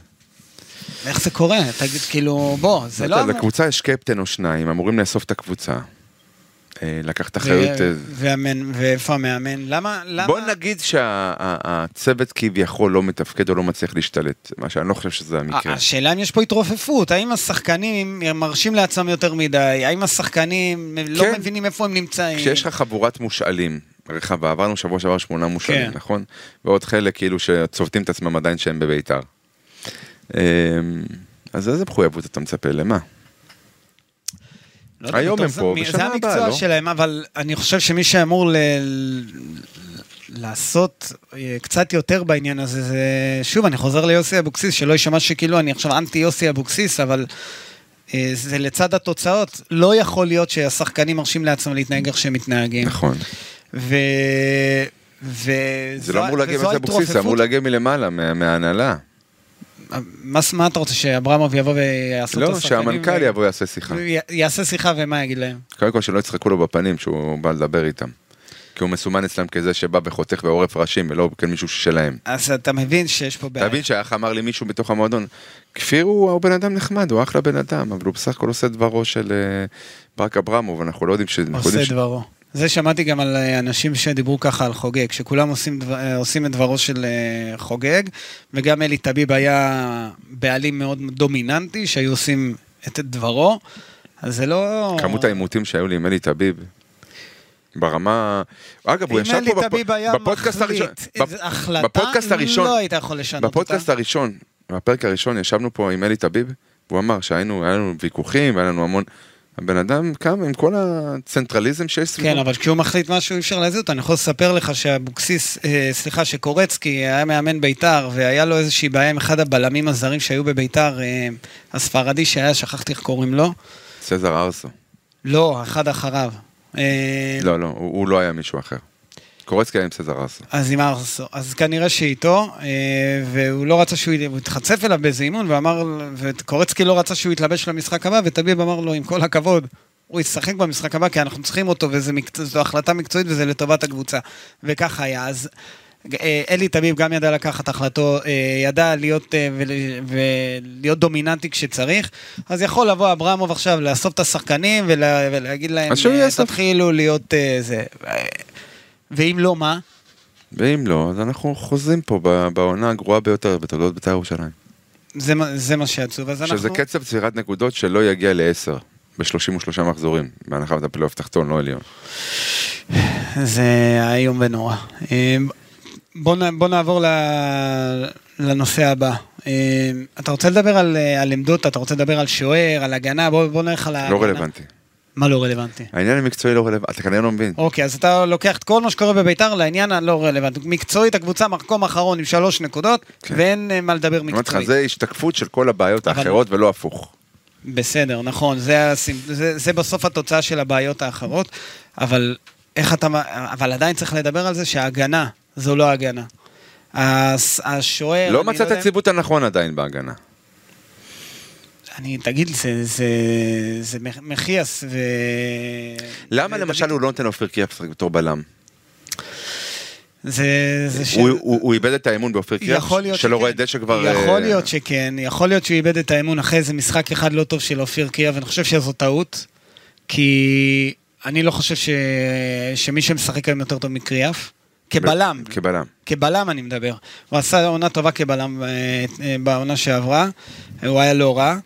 Speaker 1: איך זה קורה? תגיד, כאילו, בוא, זה לא... אמור-
Speaker 3: לקבוצה יש קפטן או שניים, אמורים לאסוף את הקבוצה. אה, לקחת אחריות... אה,
Speaker 1: ו- והמאמן- ואיפה המאמן? למה... למה-
Speaker 3: בוא נגיד שהצוות כביכול לא מתפקד או לא מצליח להשתלט, מה שאני לא חושב שזה
Speaker 1: ה-
Speaker 3: המקרה.
Speaker 1: השאלה אם יש פה התרופפות, האם השחקנים מרשים לעצמם יותר מדי, האם השחקנים לא
Speaker 3: כן.
Speaker 1: מבינים איפה הם נמצאים.
Speaker 3: כשיש לך חבורת מושאלים רחבה, עברנו שבוע שעבר שמונה מושאלים,
Speaker 1: כן.
Speaker 3: נכון? ועוד חלק כאילו שצובטים את עצמם עדיין שהם בביתר. אמ, אז איזה מחויבות אתה מצפה? למה?
Speaker 1: כן. לא יודע,
Speaker 3: היום
Speaker 1: בתור
Speaker 3: הם
Speaker 1: זה-
Speaker 3: פה,
Speaker 1: מי-
Speaker 3: בשנה
Speaker 1: זה
Speaker 3: הבאה,
Speaker 1: המקצוע
Speaker 3: לא?
Speaker 1: שלהם, אבל אני חושב שמי שאמור ל... לעשות אה, קצת יותר בעניין הזה, זה... שוב, אני חוזר ליוסי אבוקסיס, שלא יישמע שכאילו אני עכשיו אנטי יוסי אבוקסיס, אבל אה, זה לצד התוצאות. לא יכול להיות שהשחקנים מרשים לעצמם להתנהג איך שהם מתנהגים.
Speaker 3: נכון.
Speaker 1: ו... ו...
Speaker 3: זה לא אמור להגיע מאיזה אבוקסיס, זה אמור להגיע מלמעלה, מה- מההנהלה.
Speaker 1: מה, מה אתה רוצה, שאברמוב יבוא ויעשו את
Speaker 3: לא,
Speaker 1: השחקנים?
Speaker 3: שהמנכ"ל יבוא יעשה שיחה.
Speaker 1: י... יעשה שיחה ומה יגיד להם?
Speaker 3: קודם כל שלא יצחקו לו בפנים שהוא בא לדבר איתם. כי הוא מסומן אצלם כזה שבא וחותך ועורף ראשים, ולא כמישהו שלהם.
Speaker 1: אז אתה מבין שיש פה בעיה.
Speaker 3: אתה מבין שאיך אמר לי מישהו בתוך המועדון, כפיר הוא, הוא בן אדם נחמד, הוא אחלה בן אדם, אבל הוא בסך הכל עושה דברו של אה, ברק אברמוב, אנחנו לא יודעים ש... אנחנו
Speaker 1: עושה
Speaker 3: יודעים ש-
Speaker 1: דברו. זה שמעתי גם על אה, אנשים שדיברו ככה על חוגג, שכולם עושים, דבר, אה, עושים את דברו של אה, חוגג, וגם אלי טביב היה בעלים מאוד דומיננטי, שהיו עושים את דברו, אז זה לא...
Speaker 3: כמות העימותים שהיו לי עם אלי טביב, ברמה... אגב, הוא
Speaker 1: אם
Speaker 3: ישב
Speaker 1: אלי
Speaker 3: פה בפ-
Speaker 1: טביב היה
Speaker 3: בפודקאסט
Speaker 1: מחליט,
Speaker 3: הראשון.
Speaker 1: איזו
Speaker 3: בפ-
Speaker 1: החלטה,
Speaker 3: בפודקאסט הראשון.
Speaker 1: לא היית יכול לשנות אותה.
Speaker 3: בפודקאסט הראשון, בפרק הראשון, ישבנו פה עם אלי טביב, והוא אמר שהיינו, היה לנו ויכוחים, היה לנו המון... הבן אדם קם עם כל הצנטרליזם שיש סביבו.
Speaker 1: כן, אבל כשהוא מחליט משהו אי אפשר להזיז אותו. אני יכול לספר לך שאבוקסיס, אה, סליחה, שקורצקי היה מאמן בית"ר, והיה לו איזושהי בעיה עם אחד הבלמים הזרים שהיו בבית"ר, אה, הספרדי שהיה, שכחתי איך קוראים לו.
Speaker 3: סזר ארסו.
Speaker 1: לא, אחד אחריו. אה,
Speaker 3: לא, לא, הוא הוא לא היה מישהו אחר. קורצקי היה עם סזר ארסו.
Speaker 1: אז עם ארסו. אז כנראה שאיתו, אה, והוא לא רצה שהוא י- הוא התחצף אליו באיזה אימון, ואמר, וקורצקי לא רצה שהוא יתלבש למשחק הבא, וטביב אמר לו, עם כל הכבוד, הוא ישחק במשחק הבא, כי אנחנו צריכים אותו, וזו החלטה מקצועית וזה לטובת הקבוצה. וככה היה. אז אה, אלי טביב גם ידע לקחת החלטו, אה, ידע להיות, אה, ול, ולהיות דומיננטי כשצריך, אז יכול לבוא אברמוב עכשיו, לאסוף את השחקנים ולה, ולהגיד להם,
Speaker 3: אז שהוא
Speaker 1: אה,
Speaker 3: יאסוף.
Speaker 1: תתחילו להיות אה, זה. אה, ואם לא, מה?
Speaker 3: ואם לא, אז אנחנו חוזרים פה ב- בעונה הגרועה ביותר בתולדות בית"ר ירושלים.
Speaker 1: זה מה, זה מה שעצוב, אז אנחנו...
Speaker 3: שזה קצב צבירת נקודות שלא יגיע לעשר. ב-33 מחזורים, בהנחה ואתה פלייאוף תחתון, לא עליון.
Speaker 1: אה, זה איום ונורא. אה, בוא, נ- בוא נעבור ל- לנושא הבא. אה, אתה רוצה לדבר על, אה, על עמדות, אתה רוצה לדבר על שוער, על הגנה, בוא, בוא נלך על ההגנה.
Speaker 3: לא רלוונטי.
Speaker 1: מה לא רלוונטי?
Speaker 3: העניין המקצועי לא רלוונטי, אתה כנראה לא מבין.
Speaker 1: אוקיי, אז אתה לוקח את כל מה שקורה בביתר לעניין הלא רלוונטי. מקצועית הקבוצה מקום אחרון עם שלוש נקודות,
Speaker 3: כן.
Speaker 1: ואין אה, מה לדבר
Speaker 3: אני אומר לך,
Speaker 1: מקצועית.
Speaker 3: זה השתקפות של כל הבעיות
Speaker 1: אבל-
Speaker 3: האחרות ולא הפוך.
Speaker 1: בסדר, נכון, זה, הסימפ- זה, זה בסוף התוצאה של הבעיות האחרות, אבל איך אתה... מ- אבל עדיין צריך לדבר על זה שההגנה זו לא הגנה. הס- השוער...
Speaker 3: לא
Speaker 1: כן, אני
Speaker 3: מצא את
Speaker 1: יודע-
Speaker 3: הציבות הנכון עדיין בהגנה.
Speaker 1: אני, תגיד, זה, זה, זה מח- מחיאס ו...
Speaker 3: למה
Speaker 1: ודוד-
Speaker 3: למשל הוא לא נותן לאופיר קריאף לשחק בתור בלם?
Speaker 1: זה, זה ש...
Speaker 3: לא- הוא- הוא הוא איבד את האמון באופיר קריאף,
Speaker 1: יכול להיות
Speaker 3: שלא
Speaker 1: שכן.
Speaker 3: רואה דשא כבר... אה,
Speaker 1: יכול להיות שכן, יכול להיות שהוא איבד את האמון אחרי איזה משחק אחד לא טוב של אופיר קריאה, ואני חושב שזו טעות, כי אני לא חושב ש... שמי שמשחק היום יותר טוב מקריאף, כבלם,
Speaker 3: ב- כבלם.
Speaker 1: כבלם אני מדבר. הוא עשה עונה טובה כבלם אה, אה, בעונה שעברה, הוא היה לא רע.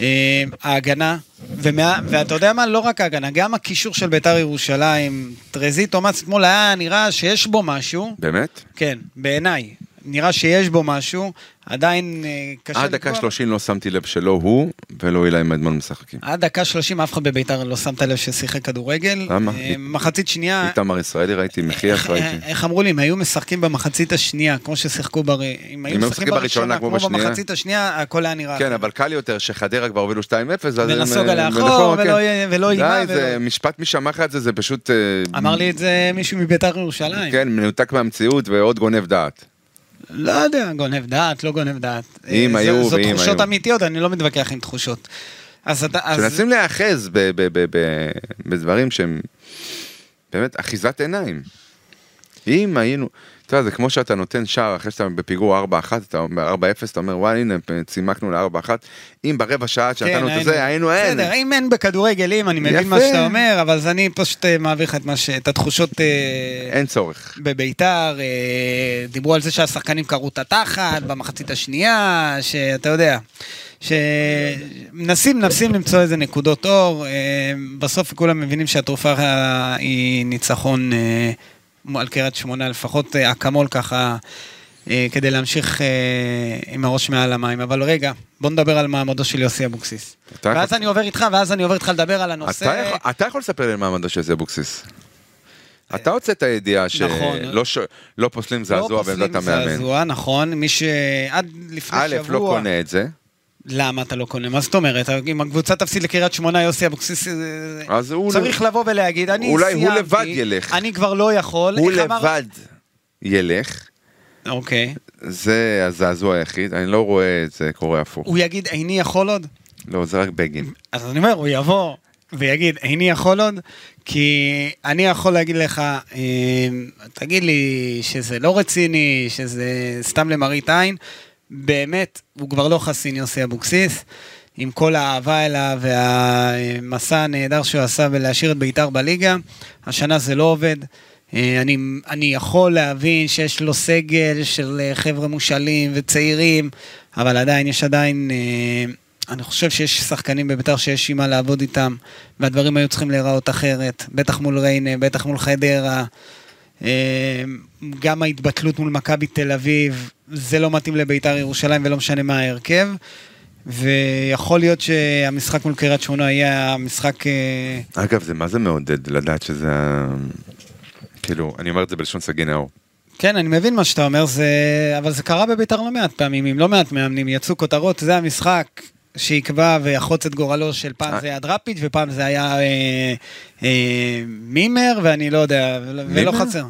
Speaker 1: אה, ההגנה, ומה, ואתה יודע מה? לא רק ההגנה, גם הקישור של בית"ר ירושלים, טרזי תומאס אתמול היה נראה שיש בו משהו,
Speaker 3: באמת?
Speaker 1: כן, בעיניי, נראה שיש בו משהו, עדיין אה, קשה
Speaker 3: עד דקה
Speaker 1: לקבוע.
Speaker 3: 30 לא שמתי לב שלא הוא ולא אילי מדמון משחקים.
Speaker 1: עד דקה 30 אף אחד בביתר לא שמת לב ששיחק כדורגל.
Speaker 3: למה?
Speaker 1: אה, מחצית שנייה,
Speaker 3: איתמר ישראלי ראיתי, מחייך
Speaker 1: איך, אה,
Speaker 3: ראיתי.
Speaker 1: איך אמרו לי, אם היו משחקים במחצית השנייה, כמו ששיחקו בר... אם היו משחקים בראשונה, כמו
Speaker 3: בשנייה.
Speaker 1: במחצית השנייה, הכל היה נראה.
Speaker 3: כן,
Speaker 1: אחרת.
Speaker 3: אבל קל יותר שחדרה כבר הובילו 2-0, אז... הם,
Speaker 1: אה. ונסוגה
Speaker 3: אה,
Speaker 1: לאחור,
Speaker 3: ונחור,
Speaker 1: ולא
Speaker 3: כן.
Speaker 1: יהיה- ולא איימה,
Speaker 3: די, זה
Speaker 1: ולא-
Speaker 3: משפט משמח את זה, זה פשוט... אה,
Speaker 1: אמר לי את זה מישהו מביתר ירושלים.
Speaker 3: כן, מנותק מהמציאות ועוד גונב דעת.
Speaker 1: לא יודע, גונב דעת, לא גונב דעת.
Speaker 3: אם
Speaker 1: אה,
Speaker 3: היו
Speaker 1: זו-
Speaker 3: ואם
Speaker 1: זו תחושות
Speaker 3: היו.
Speaker 1: אמיתיות, אני לא מתווכח עם תחושות. אז אתה... אז-
Speaker 3: שמנסים להיאחז ב- ב- ב- ב- בדברים שהם באמת אחיזת עיניים. אם היינו, אתה יודע, זה כמו שאתה נותן שער אחרי שאתה בפיגור 4-1, אתה אומר 4-0, אתה אומר, וואי, הנה, צימקנו ל-4-1. אם ברבע שעה שנתנו את
Speaker 1: כן, היינו.
Speaker 3: זה, היינו אין.
Speaker 1: בסדר, אם אין בכדורגל, אם, אני מבין
Speaker 3: יפה.
Speaker 1: מה שאתה אומר, אבל אז אני פשוט אה, מעביר לך את מה ש- את התחושות... אה,
Speaker 3: אין צורך.
Speaker 1: בביתר, אה, דיברו על זה שהשחקנים קרעו את התחת במחצית השנייה, שאתה יודע, שמנסים מנסים למצוא איזה נקודות אור, אה, בסוף כולם מבינים שהתרופה היא ניצחון אה, על קריית שמונה, לפחות אה, אקמול ככה, אה, כדי להמשיך אה, עם הראש מעל המים. אבל רגע, בוא נדבר על מעמדו של יוסי אבוקסיס.
Speaker 3: אתה
Speaker 1: ואז
Speaker 3: יכול-
Speaker 1: אני עובר איתך, ואז אני עובר איתך לדבר על הנושא.
Speaker 3: אתה יכול- אתה יכול לספר לי על מעמדו של זה אבוקסיס. אתה הוצאת ידיעה
Speaker 1: נכון.
Speaker 3: שלא ש- לא פוסלים זעזוע בעמדת
Speaker 1: לא פוסלים
Speaker 3: המאמן.
Speaker 1: זעזוע, נכון. מי שעד לפני
Speaker 3: א',
Speaker 1: שבוע...
Speaker 3: לא קונה את זה,
Speaker 1: למה אתה לא קונה? מה זאת אומרת? אם הקבוצה תפסיד לקריית שמונה, יוסי אבוקסיס... אה,
Speaker 3: אז הוא... לא-
Speaker 1: צריך לבוא ולהגיד, אני
Speaker 3: אולי הוא
Speaker 1: סיימתי,
Speaker 3: לבד ילך.
Speaker 1: אני כבר לא יכול.
Speaker 3: הוא
Speaker 1: איך אמר-
Speaker 3: לבד ילך,
Speaker 1: אוקיי.
Speaker 3: זה הזעזוע היחיד, אני לא רואה את זה קורה הפוך.
Speaker 1: הוא יגיד, איני יכול עוד?
Speaker 3: לא, זה רק בגין.
Speaker 1: אז אני אומר, הוא יבוא ויגיד, איני יכול עוד, כי אני יכול להגיד לך, אה, תגיד לי שזה לא רציני, שזה סתם למראית עין, באמת, הוא כבר לא חסין יוסי אבוקסיס, עם כל האהבה אליו והמסע הנהדר שהוא עשה בלהשאיר את בית"ר בליגה, השנה זה לא עובד. אה, אני, אני יכול להבין שיש לו סגל של אה, חבר'ה מושאלים וצעירים, אבל עדיין יש עדיין אה, אני חושב שיש שחקנים בביתר שיש עם מה לעבוד איתם, והדברים היו צריכים להיראות אחרת, בטח מול ריינה, בטח מול חדרה. אה, גם ההתבטלות מול מכבי תל אביב, זה לא מתאים לביתר ירושלים ולא משנה מה ההרכב. ויכול להיות שהמשחק מול קריית שמונה יהיה המשחק... אה,
Speaker 3: אגב, זה מה זה מעודד לדעת שזה... ה- כאילו, אני אומר את זה בלשון סגי נאור.
Speaker 1: כן, אני מבין מה שאתה אומר, זה... אבל זה קרה בביתר לא מעט פעמים, עם לא מעט מאמנים, יצאו כותרות, זה המשחק שיקבע ויחוץ את גורלו של פעם
Speaker 3: אה.
Speaker 1: זה היה דראפיץ' ופעם זה היה אה, אה, מימר, ואני לא יודע, ו- ולא
Speaker 3: מימר?
Speaker 1: חסר.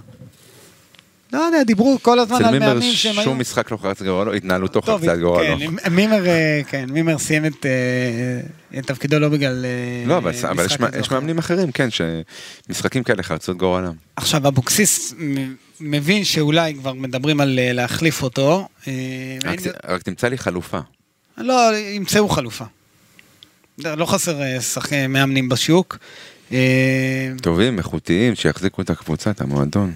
Speaker 1: לא יודע, דיברו כל הזמן
Speaker 3: אצל
Speaker 1: על
Speaker 3: מימר
Speaker 1: מאמנים שהם היו...
Speaker 3: שום משחק לא חרץ גורלו, התנהלותו
Speaker 1: טוב,
Speaker 3: חרצת גורלו.
Speaker 1: כן, מימר, אה, כן, מימר סיים את אה, את תפקידו לא בגלל... אה,
Speaker 3: לא, אבל אבל
Speaker 1: משחק
Speaker 3: יש מה-
Speaker 1: כזה או
Speaker 3: יש
Speaker 1: אחר.
Speaker 3: מאמנים אחרים, כן, שמשחקים כאלה חרצות גורלם.
Speaker 1: עכשיו, אבוקסיס מ- מבין שאולי כבר מדברים על אה, להחליף אותו. אה,
Speaker 3: רק
Speaker 1: אין-
Speaker 3: ת- רק תמצא לי חלופה.
Speaker 1: לא, ימצאו חלופה. לא חסר אה, שחקי מאמנים בשוק. אה,
Speaker 3: טובים, איכותיים, שיחזיקו את הקבוצה, את המועדון.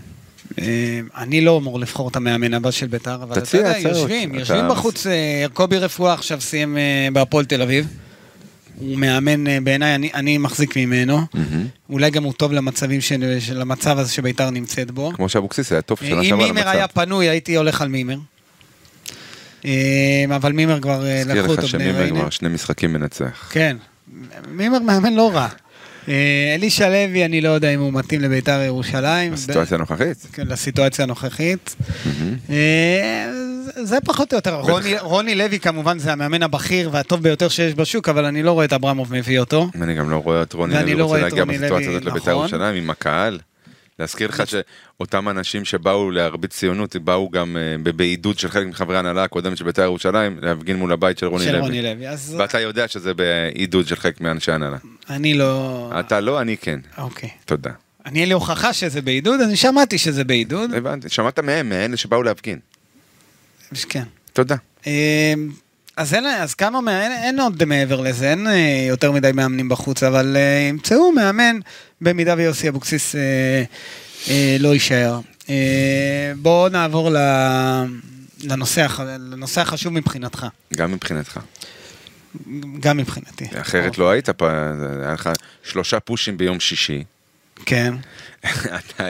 Speaker 1: אה, אני לא אמור לבחור את המאמן הבא של ביתר, אבל אתה
Speaker 3: תציע
Speaker 1: יודע,
Speaker 3: הצעות.
Speaker 1: יושבים,
Speaker 3: אתה-
Speaker 1: יושבים בחוץ, אה, קובי רפואה עכשיו סיים אה, בהפועל תל אביב. הוא מאמן אה, בעיניי, אני, אני מחזיק ממנו. אולי גם הוא טוב למצבים של, של המצב הזה שביתר נמצאת בו. אה,
Speaker 3: כמו שאבוקסיס היה טוב שנה
Speaker 1: אם
Speaker 3: שעברה על
Speaker 1: מימר היה
Speaker 3: המצב.
Speaker 1: פנוי, הייתי הולך על מימר. אה, אבל מימר כבר אה,
Speaker 3: אזכיר
Speaker 1: לקחו
Speaker 3: לך
Speaker 1: אותו בני
Speaker 3: שמימר
Speaker 1: ריינה.
Speaker 3: כבר שני משחקים מנצח.
Speaker 1: כן, מימר מאמן לא רע. אה, אלישע לוי, אני לא יודע אם הוא מתאים לביתר ירושלים.
Speaker 3: בסיטואציה הנוכחית.
Speaker 1: כן, לסיטואציה הנוכחית.
Speaker 3: Mm-hmm.
Speaker 1: אה, זה- זה פחות או יותר. רוני- רוני לוי כמובן זה המאמן הבכיר והטוב ביותר שיש בשוק, אבל אני לא רואה את אברמוב מביא אותו.
Speaker 3: אני גם לא רואה את רוני
Speaker 1: ואני
Speaker 3: לוי
Speaker 1: לא
Speaker 3: רוצה
Speaker 1: רואה את
Speaker 3: להגיע
Speaker 1: רוני
Speaker 3: בסיטואציה
Speaker 1: לוי,
Speaker 3: הזאת לבית"ר
Speaker 1: נכון.
Speaker 3: ירושלים עם הקהל. להזכיר לך שאותם אנשים שבאו להרביץ ציונות, באו גם אה, ב- בעידוד של חלק מחברי ההנהלה הקודמת של בית"ר ירושלים, להפגין מול הבית של רוני
Speaker 1: של רוני
Speaker 3: לוי.
Speaker 1: לוי. אז
Speaker 3: ואתה יודע שזה בעידוד של חלק מאנשי ההנהלה.
Speaker 1: אני לא...
Speaker 3: אתה לא, אני כן.
Speaker 1: אוקיי.
Speaker 3: תודה.
Speaker 1: אני אין לי הוכחה שזה בעידוד, אני שמעתי שזה בעידוד.
Speaker 3: הבנתי, שמעת מהם, מאלה שבאו להפגין.
Speaker 1: כן.
Speaker 3: תודה.
Speaker 1: אה, אז, אין, אז כמה, מה- אין, אין עוד מעבר לזה, אין אה, יותר מדי מאמנים בחוץ, אבל אה, ימצאו מאמן במידה ויוסי אבוקסיס אה, אה, לא יישאר. אה, בואו נעבור ל, לנושא, הח- לנושא החשוב מבחינתך,
Speaker 3: גם מבחינתך.
Speaker 1: גם מבחינתי.
Speaker 3: אחרת לא היית פה, היה לך שלושה פושים ביום שישי.
Speaker 1: כן.
Speaker 3: אתה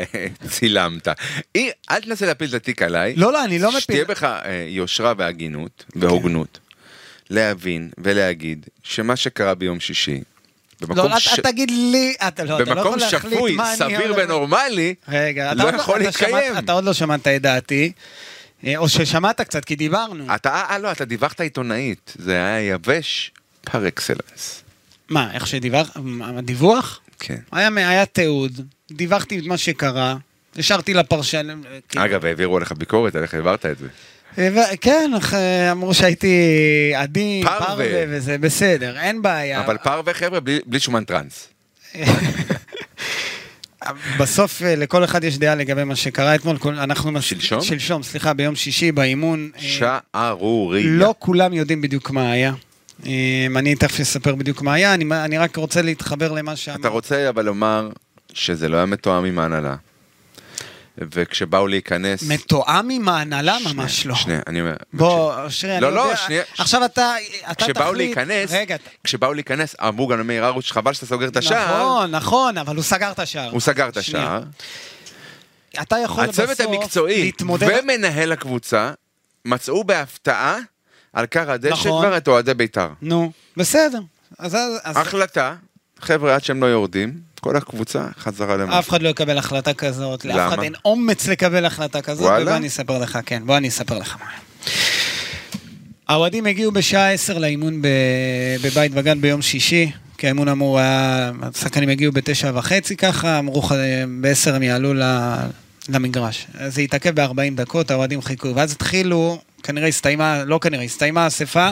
Speaker 3: צילמת. אי, אל תנסה להפיל את התיק עליי.
Speaker 1: לא, לא, אני לא מפיל.
Speaker 3: שתהיה בך אה, יושרה והגינות והוגנות. להבין ולהגיד שמה שקרה ביום שישי,
Speaker 1: לא,
Speaker 3: במקום
Speaker 1: אתה
Speaker 3: ש-
Speaker 1: תגיד לי, אתה לא, אתה לא
Speaker 3: במקום
Speaker 1: יכול להחליט
Speaker 3: שפוי,
Speaker 1: מה אני
Speaker 3: סביר
Speaker 1: הולך-
Speaker 3: ונורמלי,
Speaker 1: רגע, אתה
Speaker 3: לא
Speaker 1: עוד
Speaker 3: יכול
Speaker 1: אתה שמעת-
Speaker 3: להתקיים.
Speaker 1: אתה עוד לא שמעת את דעתי, אה, או ששמעת קצת, כי דיברנו.
Speaker 3: אתה, אה, לא, אתה דיווחת עיתונאית, זה היה יבש פר אקסלנס.
Speaker 1: מה, איך שדיווח? הדיווח?
Speaker 3: כן.
Speaker 1: היה, היה תיעוד, דיווחתי את מה שקרה, השארתי לפרשן... כאילו,
Speaker 3: אגב, העבירו עליך ביקורת, על איך העברת את זה.
Speaker 1: ו- כן, אך, אה, אמרו שהייתי עדין,
Speaker 3: פרווה.
Speaker 1: פרווה וזה בסדר, אין בעיה. אה,
Speaker 3: אבל פרווה, חבר'ה, בלי בלי שומן טראנס.
Speaker 1: בסוף אה, לכל אחד יש דעה לגבי מה שקרה אתמול, כל- אנחנו... מס-
Speaker 3: שלשום?
Speaker 1: שלשום, סליחה, ביום שישי באימון. אה,
Speaker 3: שערורייה.
Speaker 1: לא כולם יודעים בדיוק מה היה. אה, אני תכף אספר בדיוק מה היה, אני, אני רק רוצה להתחבר למה
Speaker 3: אתה
Speaker 1: שאמרת.
Speaker 3: רוצה אבל לומר שזה לא היה מתואם עם ההנהלה. וכשבאו להיכנס...
Speaker 1: מתואם עם ההנהלה?
Speaker 3: שנייה,
Speaker 1: ממש לא.
Speaker 3: שנייה, אני אומר...
Speaker 1: בוא, אשרי, אני
Speaker 3: לא,
Speaker 1: יודע...
Speaker 3: לא, שנייה.
Speaker 1: עכשיו אתה, אתה תחליט...
Speaker 3: כשבאו להיכנס,
Speaker 1: רגע, אתה-
Speaker 3: כשבאו להיכנס, אמרו גם למאיר הרוש, חבל שאתה סוגר את השער,
Speaker 1: נכון, נכון, אבל הוא סגר את השער.
Speaker 3: הוא סגר את
Speaker 1: שנייה.
Speaker 3: השער.
Speaker 1: אתה יכול בסוף
Speaker 3: הצוות המקצועי
Speaker 1: להתמודד...
Speaker 3: ומנהל הקבוצה מצאו בהפתעה על כר הדשא
Speaker 1: נכון.
Speaker 3: כבר את אוהדי בית"ר.
Speaker 1: נו, בסדר. אז, אז, אז
Speaker 3: החלטה, חבר'ה, עד שהם לא יורדים, כל הקבוצה חזרה למטה.
Speaker 1: אף אחד לא יקבל החלטה כזאת,
Speaker 3: למה?
Speaker 1: לאף אחד אין אומץ לקבל החלטה כזאת,
Speaker 3: וואלה?
Speaker 1: ובוא אני אספר לך, כן, בוא אני אספר לך מה. היה. האוהדים הגיעו בשעה 10 לאימון ב- בבית וגן ביום שישי, כי האימון אמור היה, השחקנים הגיעו בתשע וחצי ככה, אמרו "ח- בעשר הם יעלו ל- למגרש. אז זה התעכב ב-40 דקות, האוהדים חיכו, ואז התחילו, כנראה הסתיימה, לא כנראה, הסתיימה האספה,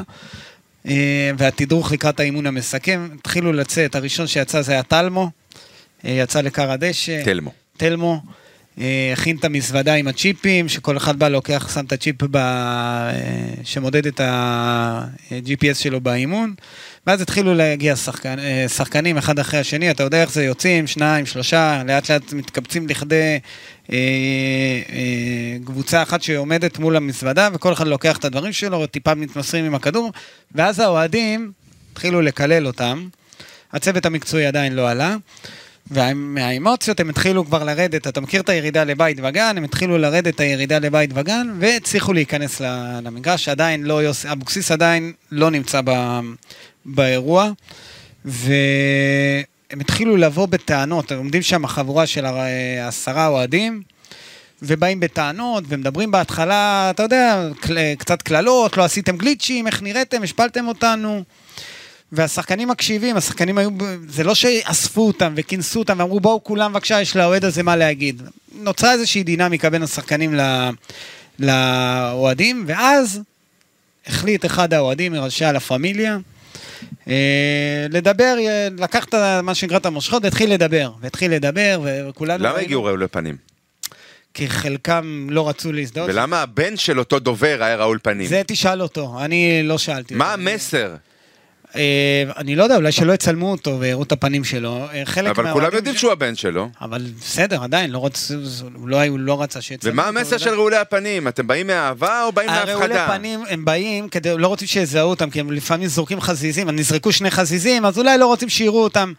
Speaker 1: אה, והתדרוך לקראת האימון המסכם, התחילו לצאת, הראשון שיצא זה היה טלמו, אה, יצא לכר הדשא.
Speaker 3: תלמו.
Speaker 1: תלמו. אה, הכין את המזוודה עם הצ'יפים, שכל אחד בא, לוקח, שם את הצ'יפ ב... אה, שמודד את ה-GPS שלו באימון. ואז התחילו להגיע שחקן, אה, שחקנים אחד אחרי השני, אתה יודע איך זה, יוצאים, שניים, שלושה, לאט לאט מתקבצים לכדי אה, אה, קבוצה אחת שעומדת מול המזוודה, וכל אחד לוקח את הדברים שלו, טיפה מתמסרים עם הכדור, ואז האוהדים התחילו לקלל אותם. הצוות המקצועי עדיין לא עלה. ומהאמוציות הם התחילו כבר לרדת, אתה מכיר את הירידה לבית וגן, הם התחילו לרדת את הירידה לבית וגן, והצליחו להיכנס ל- למגרש, עדיין לא, יוס, אבוקסיס עדיין לא נמצא ב, באירוע, והם התחילו לבוא בטענות, הם עומדים שם חבורה של הר- אה, עשרה אוהדים, ובאים בטענות, ומדברים בהתחלה, אתה יודע, קל- קצת קללות, לא עשיתם גליצ'ים, איך נראיתם, השפלתם אותנו. והשחקנים מקשיבים, השחקנים היו, ב- זה לא שאספו אותם וכינסו אותם ואמרו בואו כולם בבקשה, יש לאוהד הזה מה להגיד. נוצרה איזושהי דינמיקה בין השחקנים ל- לאוהדים, ואז החליט אחד האוהדים מראשי הלה פמיליה אה, לדבר, אה, לקח את ה- מה שנקרא את המושכות והתחיל לדבר, והתחיל לדבר, וכולנו...
Speaker 3: למה
Speaker 1: ראינו-
Speaker 3: הגיעו רעולי פנים?
Speaker 1: כי חלקם לא רצו להזדהות.
Speaker 3: ולמה הבן של אותו דובר היה רעול פנים?
Speaker 1: זה תשאל אותו, אני לא שאלתי
Speaker 3: מה
Speaker 1: אותו.
Speaker 3: המסר?
Speaker 1: אה, אני לא יודע, אולי שלא יצלמו אותו ויראו את הפנים שלו. אה, חלק
Speaker 3: אבל כולם
Speaker 1: מהאוהדים
Speaker 3: יודעים
Speaker 1: ש-
Speaker 3: שהוא הבן שלו.
Speaker 1: אבל בסדר, עדיין, לא רצ... הוא, לא, הוא לא רצה שיצלמו
Speaker 3: ומה
Speaker 1: אותו,
Speaker 3: המסר
Speaker 1: הוא יודע.
Speaker 3: של רעולי הפנים? אתם באים מאהבה או באים מהפחדה?
Speaker 1: הרעולי פנים הם באים כדי, לא רוצים שיזהו אותם, כי הם לפעמים זורקים חזיזים, אז נזרקו שני חזיזים, אז אולי לא רוצים שיראו אותם.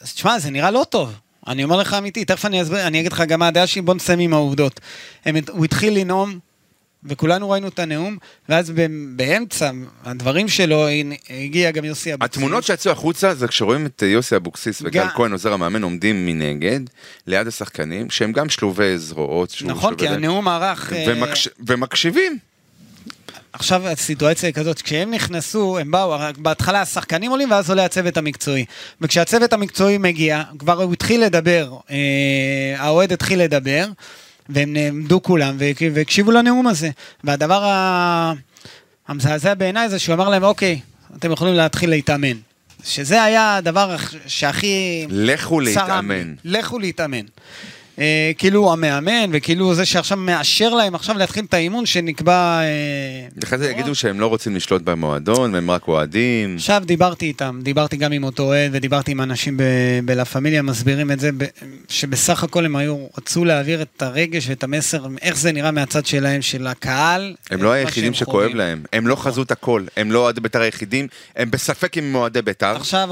Speaker 1: אז תשמע, זה נראה לא טוב. אני אומר לך אמיתי, תכף אני אסביר, אני אגיד לך גם מה הדעה שלי, בוא נסיים עם העובדות. הם, הוא התחיל לנאום, וכולנו ראינו את הנאום, ואז ב, באמצע הדברים שלו הנה, הגיע גם יוסי אבוקסיס.
Speaker 3: התמונות שיצאו החוצה זה כשרואים את יוסי אבוקסיס וגל
Speaker 1: גם-
Speaker 3: כהן עוזר המאמן עומדים מנגד ליד השחקנים שהם גם שלובי זרועות. שהוא
Speaker 1: נכון,
Speaker 3: שלובי
Speaker 1: כי
Speaker 3: ידיים.
Speaker 1: הנאום ערך... אה,
Speaker 3: ומקש- ומקשיבים.
Speaker 1: עכשיו הסיטואציה היא כזאת, כשהם נכנסו, הם באו, רק בהתחלה השחקנים עולים ואז עולה הצוות המקצועי. וכשהצוות המקצועי מגיע, כבר הוא התחיל לדבר, אה, האוהד התחיל לדבר, והם נעמדו כולם והק- והקשיבו לנאום הזה. והדבר ה... המזעזע בעיניי זה שהוא אמר להם, אוקיי, אתם יכולים להתחיל להתאמן. שזה היה הדבר הכ- שהכי...
Speaker 3: לכו
Speaker 1: צרם לי.
Speaker 3: להתאמן.
Speaker 1: לכו להתאמן. אה, כאילו הוא המאמן, וכאילו הוא זה שעכשיו מאשר להם עכשיו להתחיל את האימון שנקבע... אה,
Speaker 3: אחרי זה יגידו שהם לא רוצים לשלוט במועדון והם רק אוהדים.
Speaker 1: עכשיו דיברתי איתם, דיברתי גם עם אותו אוהד ודיברתי עם אנשים ב- בלה פמיליה, מסבירים את זה, ב- שבסך הכל הם היו, רצו להעביר את הרגש ואת המסר, איך זה נראה מהצד שלהם, של הקהל.
Speaker 3: הם
Speaker 1: את
Speaker 3: לא
Speaker 1: מה
Speaker 3: היחידים
Speaker 1: שהם
Speaker 3: שכואב
Speaker 1: חווים. נכון.
Speaker 3: להם, הם לא חזו את הכל, הם לא אוהדי בית"ר היחידים, הם בספק אם הם אוהדי בית"ר.
Speaker 1: עכשיו,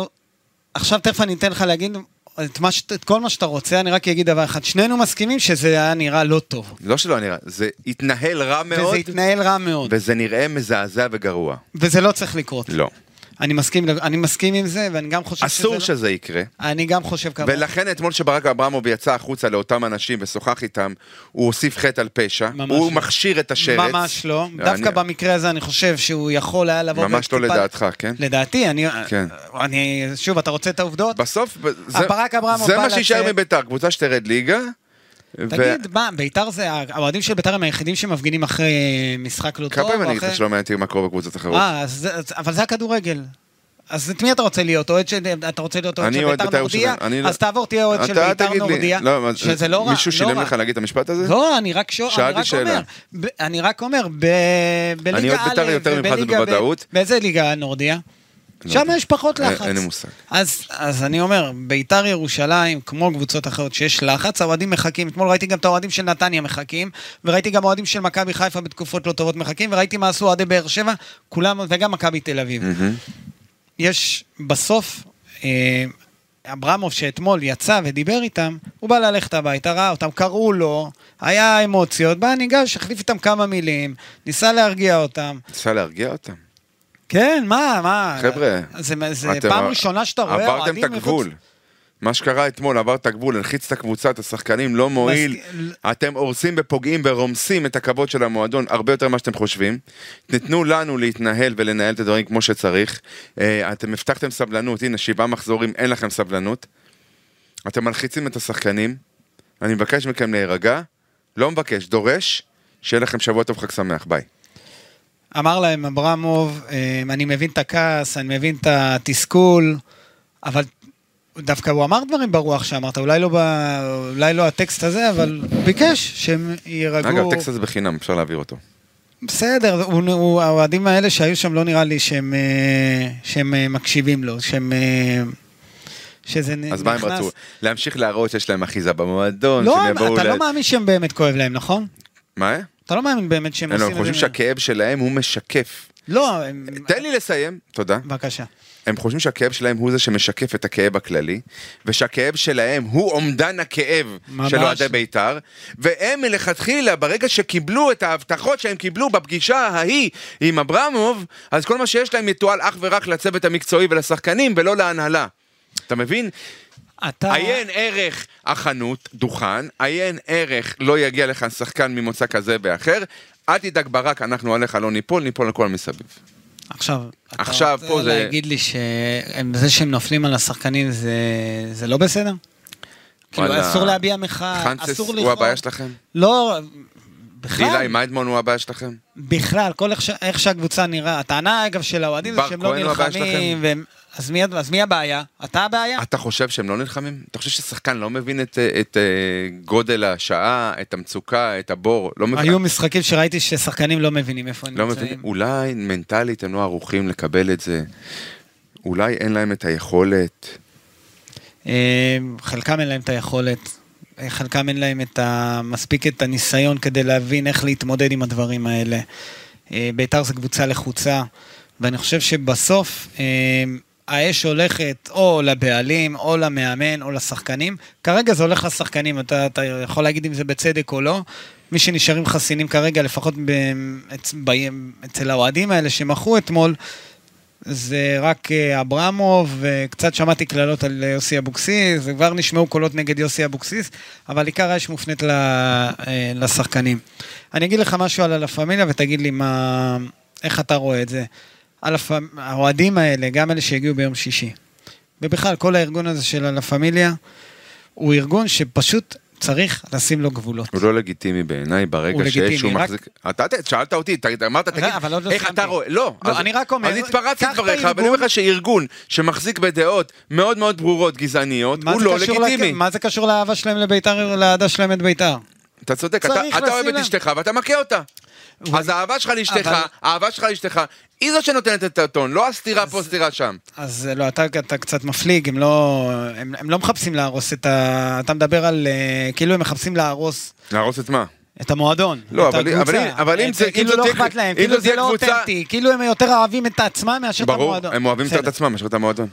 Speaker 1: עכשיו תכף אני אתן לך להגיד את, מה ש, את כל מה שאתה רוצה, אני רק אגיד דבר אחד, שנינו מסכימים שזה היה נראה לא טוב.
Speaker 3: לא שלא נראה, זה התנהל רע מאוד,
Speaker 1: וזה התנהל רע מאוד,
Speaker 3: וזה נראה מזעזע וגרוע.
Speaker 1: וזה לא צריך לקרות.
Speaker 3: לא.
Speaker 1: אני מסכים, אני מסכים עם זה, ואני גם חושב
Speaker 3: אסור
Speaker 1: שזה...
Speaker 3: שזה יקרה.
Speaker 1: לא- אני גם אוקיי. חושב כמוך.
Speaker 3: ולכן אתמול שברק אברמוב יצא החוצה לאותם אנשים ושוחח איתם, הוא הוסיף חטא על פשע,
Speaker 1: ממש
Speaker 3: הוא
Speaker 1: לא.
Speaker 3: מכשיר את השרץ.
Speaker 1: ממש לא.
Speaker 3: אני-
Speaker 1: דווקא במקרה הזה אני חושב שהוא יכול היה לבוא...
Speaker 3: ממש לא
Speaker 1: וטיפה-
Speaker 3: לדעתך, כן?
Speaker 1: לדעתי, אני...
Speaker 3: כן.
Speaker 1: אני... שוב, אתה רוצה את העובדות?
Speaker 3: בסוף, ב- זה-
Speaker 1: ברק אברמוב
Speaker 3: זה
Speaker 1: בא
Speaker 3: מה שיישאר
Speaker 1: לצאת-
Speaker 3: מבית"ר, קבוצה שתרד ליגה. ו-
Speaker 1: תגיד, מה, ביתר זה... האוהדים של ביתר הם היחידים שמפגינים אחרי משחק לא טוב?
Speaker 3: כמה פעמים
Speaker 1: או
Speaker 3: אני אגיד לך
Speaker 1: אחרי-
Speaker 3: שלא מעניין אותי מה קורה בקבוצות אחרות?
Speaker 1: אה, אז זה- אז- אבל זה הכדורגל. אז את מי אתה רוצה להיות? אוהד של... אתה רוצה להיות אוהד
Speaker 3: אני
Speaker 1: של
Speaker 3: אוהד
Speaker 1: ביתר
Speaker 3: בית"ר
Speaker 1: נורדיה?
Speaker 3: ירושלים. אני לא-
Speaker 1: אז תעבור, תהיה אוהד של
Speaker 3: אתה
Speaker 1: ביתר
Speaker 3: תגיד לי-
Speaker 1: נורדיה.
Speaker 3: לא, מה-
Speaker 1: שזה לא רע.
Speaker 3: מישהו
Speaker 1: לא
Speaker 3: שילם
Speaker 1: רע.
Speaker 3: לך להגיד את המשפט הזה?
Speaker 1: לא, אני רק שואל,
Speaker 3: שאלתי
Speaker 1: אני רק
Speaker 3: שאלה.
Speaker 1: אומר, ב, אני רק אומר, ב, בליגה א',
Speaker 3: אני אוהד בית"ר יותר ממך, זה
Speaker 1: ובליגה ב'-
Speaker 3: בוודאות.
Speaker 1: באיזה ליגה נורדיה?
Speaker 3: לא
Speaker 1: שם
Speaker 3: יודע.
Speaker 1: יש פחות
Speaker 3: אין-
Speaker 1: לחץ.
Speaker 3: אין לי מושג.
Speaker 1: אז, אז אני אומר, ביתר ירושלים, כמו קבוצות אחרות שיש לחץ, האוהדים מחכים. אתמול ראיתי גם את האוהדים של נתניה מחכים, וראיתי גם אוהדים של מכבי חיפה בתקופות לא טובות מחכים, וראיתי מה עשו אוהדי באר שבע, כולם, וגם מכבי תל אביב.
Speaker 3: מהמם.
Speaker 1: יש בסוף, אה, אברמוב שאתמול יצא ודיבר איתם, הוא בא ללכת הביתה, ראה אותם, קראו לו, היה אמוציות, בא ניגש, החליף איתם כמה מילים, ניסה להרגיע אותם.
Speaker 3: ניסה להרגיע אותם. כן,
Speaker 1: כן, מה, מה?
Speaker 3: חבר'ה,
Speaker 1: זה, זה
Speaker 3: אתם-
Speaker 1: פעם ראשונה שאתה רואה
Speaker 3: עברתם את
Speaker 1: אוהדים
Speaker 3: הגבול.
Speaker 1: מחוץ-
Speaker 3: מה שקרה אתמול, עבר את הגבול, הלחיץ את הקבוצה, את השחקנים, לא מועיל.
Speaker 1: מסכים.
Speaker 3: אתם הורסים ופוגעים ורומסים את הכבוד של המועדון הרבה יותר ממה שאתם חושבים. תתנו לנו להתנהל ולנהל את הדברים כמו שצריך. אה, אתם הבטחתם סבלנות, הנה, שבעה מחזורים, אין לכם סבלנות. אתם מלחיצים את השחקנים. אני מבקש מכם להירגע. לא מבקש, דורש. שיהיה לכם שבוע טוב, חג שמח, ביי.
Speaker 1: אמר להם אברמוב, אה, אני מבין את הכעס, אני מבין את התסכול, אבל דווקא הוא אמר דברים ברוח שאמרת, אולי לא, ב... אולי לא הטקסט הזה, אבל הוא ביקש שהם יירגעו.
Speaker 3: אגב, הטקסט הזה בחינם, אפשר להעביר אותו.
Speaker 1: בסדר, הוא- הוא- האוהדים האלה שהיו שם לא נראה לי שהם, אה, שהם אה, מקשיבים לו, שהם... אה, שזה נ- נכנס...
Speaker 3: אז מה הם רצו? להמשיך להראות שיש להם אחיזה במועדון,
Speaker 1: לא,
Speaker 3: שהם יבואו
Speaker 1: אתה
Speaker 3: ל-
Speaker 1: לא מאמין שהם באמת כואב להם, נכון?
Speaker 3: מה?
Speaker 1: אתה לא מאמין באמת שהם
Speaker 3: הם
Speaker 1: עושים את
Speaker 3: לא,
Speaker 1: זה...
Speaker 3: חושבים שהכאב שלהם הוא משקף.
Speaker 1: לא, הם...
Speaker 3: תן לי לסיים, תודה.
Speaker 1: בבקשה.
Speaker 3: הם חושבים שהכאב שלהם הוא זה שמשקף את הכאב הכללי, ושהכאב שלהם הוא אומדן הכאב
Speaker 1: ממש
Speaker 3: של אוהדי
Speaker 1: לא.
Speaker 3: בית"ר, והם מלכתחילה, ברגע שקיבלו את ההבטחות שהם קיבלו בפגישה ההיא עם אברמוב, אז כל מה שיש להם יתועל אך ורק לצוות המקצועי ולשחקנים, ולא להנהלה. אתה מבין?
Speaker 1: אתה...
Speaker 3: עיין ערך החנות, דוכן, עיין ערך לא יגיע לכאן שחקן ממוצא כזה ואחר, אל תדאג ברק, אנחנו עליך לא ניפול, ניפול על כל המסביב.
Speaker 1: עכשיו, אתה
Speaker 3: עכשיו,
Speaker 1: רוצה
Speaker 3: פה זה-
Speaker 1: להגיד לי שזה שהם נופלים על השחקנים זה, זה לא בסדר? כאילו,
Speaker 3: וואלה.
Speaker 1: אסור להביע מחאה,
Speaker 3: חנצס
Speaker 1: אסור
Speaker 3: הוא
Speaker 1: לכאוב.
Speaker 3: הבעיה שלכם?
Speaker 1: לא, בכלל,
Speaker 3: אילי מיידמון הוא הבעיה שלכם?
Speaker 1: בכלל, כל איך, ש- איך שהקבוצה נראה. הטענה, אגב, של האוהדים זה
Speaker 3: בר
Speaker 1: שהם לא
Speaker 3: כהן הוא הבעיה
Speaker 1: נלחמים,
Speaker 3: שלכם?
Speaker 1: והם... אז מי, אז מי הבעיה? אתה הבעיה?
Speaker 3: אתה חושב שהם לא נלחמים? אתה חושב ששחקן לא מבין את, אה, את אה, גודל השעה, את המצוקה, את הבור? לא מבין?
Speaker 1: היו משחקים שראיתי ששחקנים לא מבינים איפה הם
Speaker 3: לא
Speaker 1: נמצאים.
Speaker 3: מבין, אולי מנטלית הם לא ערוכים לקבל את זה. אולי אין להם את היכולת.
Speaker 1: אה, חלקם אין להם את היכולת, אה, חלקם אין להם את ה... מספיק את הניסיון כדי להבין איך להתמודד עם הדברים האלה. אה, בית"ר זו קבוצה לחוצה, ואני חושב שבסוף אה, האש הולכת או לבעלים, או למאמן, או לשחקנים. כרגע זה הולך לשחקנים, אתה, אתה יכול להגיד אם זה בצדק או לא. מי שנשארים חסינים כרגע, לפחות ב, אצ, ב, אצל האוהדים האלה שמכרו אתמול, זה רק אה, אברמוב, וקצת שמעתי קללות על אה, יוסי אבוקסיס, וכבר נשמעו קולות נגד יוסי אבוקסיס, אבל עיקר האש מופנית ל- אה, לשחקנים. אני אגיד לך משהו על הלה פמיליה ותגיד לי מה, איך אתה רואה את זה. הלה פמ- האוהדים האלה, גם אלה שהגיעו ביום שישי, ובכלל כל הארגון הזה של הלה פמיליה, הוא ארגון שפשוט צריך לשים לו גבולות.
Speaker 3: הוא לא לגיטימי בעיניי
Speaker 1: הוא
Speaker 3: ברגע
Speaker 1: לגיטימי,
Speaker 3: שאיזשהו
Speaker 1: רק-
Speaker 3: מחזיק... אתה ת- שאלת אותי, ת- אמרת, תגיד,
Speaker 1: אבל עוד לא
Speaker 3: איך
Speaker 1: סיימתי.
Speaker 3: אתה רואה? לא.
Speaker 1: לא,
Speaker 3: אז-
Speaker 1: אני רק אומר,
Speaker 3: אז התפרצתי
Speaker 1: קח את
Speaker 3: לדבריך, אבל אני אומר
Speaker 1: הארגון-
Speaker 3: לך שארגון שמחזיק בדעות מאוד מאוד ברורות, גזעניות,
Speaker 1: מה
Speaker 3: הוא
Speaker 1: זה
Speaker 3: לא
Speaker 1: קשור לכ-
Speaker 3: לגיטימי.
Speaker 1: מה זה קשור לאהבה שלהם לביתר, לאהדה שלהם את ביתר?
Speaker 3: אתה צודק,
Speaker 1: צריך
Speaker 3: אתה, אתה
Speaker 1: לשים
Speaker 3: אוהב את
Speaker 1: לב.
Speaker 3: אשתך ואתה מכה אותה.
Speaker 1: אבל-
Speaker 3: אז האהבה שלך לאשתך,
Speaker 1: אבל-
Speaker 3: האהבה שלך לאשתך, היא זו שנותנת את הטון, לא הסתירה פה, סתירה שם.
Speaker 1: אז לא, אתה, אתה קצת מפליג, הם לא, הם, הם לא מחפשים להרוס את ה... אתה מדבר על... אה, כאילו הם מחפשים להרוס
Speaker 3: להרוס את מה?
Speaker 1: את המועדון.
Speaker 3: לא,
Speaker 1: את
Speaker 3: אבל-
Speaker 1: הקבוצה.
Speaker 3: אבל אם- אבל אם
Speaker 1: את-
Speaker 3: זה- אם
Speaker 1: כאילו
Speaker 3: זו
Speaker 1: לא
Speaker 3: תהיה-
Speaker 1: אכפת להם,
Speaker 3: אם
Speaker 1: כאילו
Speaker 3: זו
Speaker 1: זה
Speaker 3: תהיה
Speaker 1: לא
Speaker 3: קבוצה-
Speaker 1: אותנטי, כאילו הם יותר אוהבים את עצמם מאשר את
Speaker 3: ברור,
Speaker 1: המועדון.
Speaker 3: הם אוהבים יותר את
Speaker 1: בסדר.
Speaker 3: עצמם מאשר את המועדון.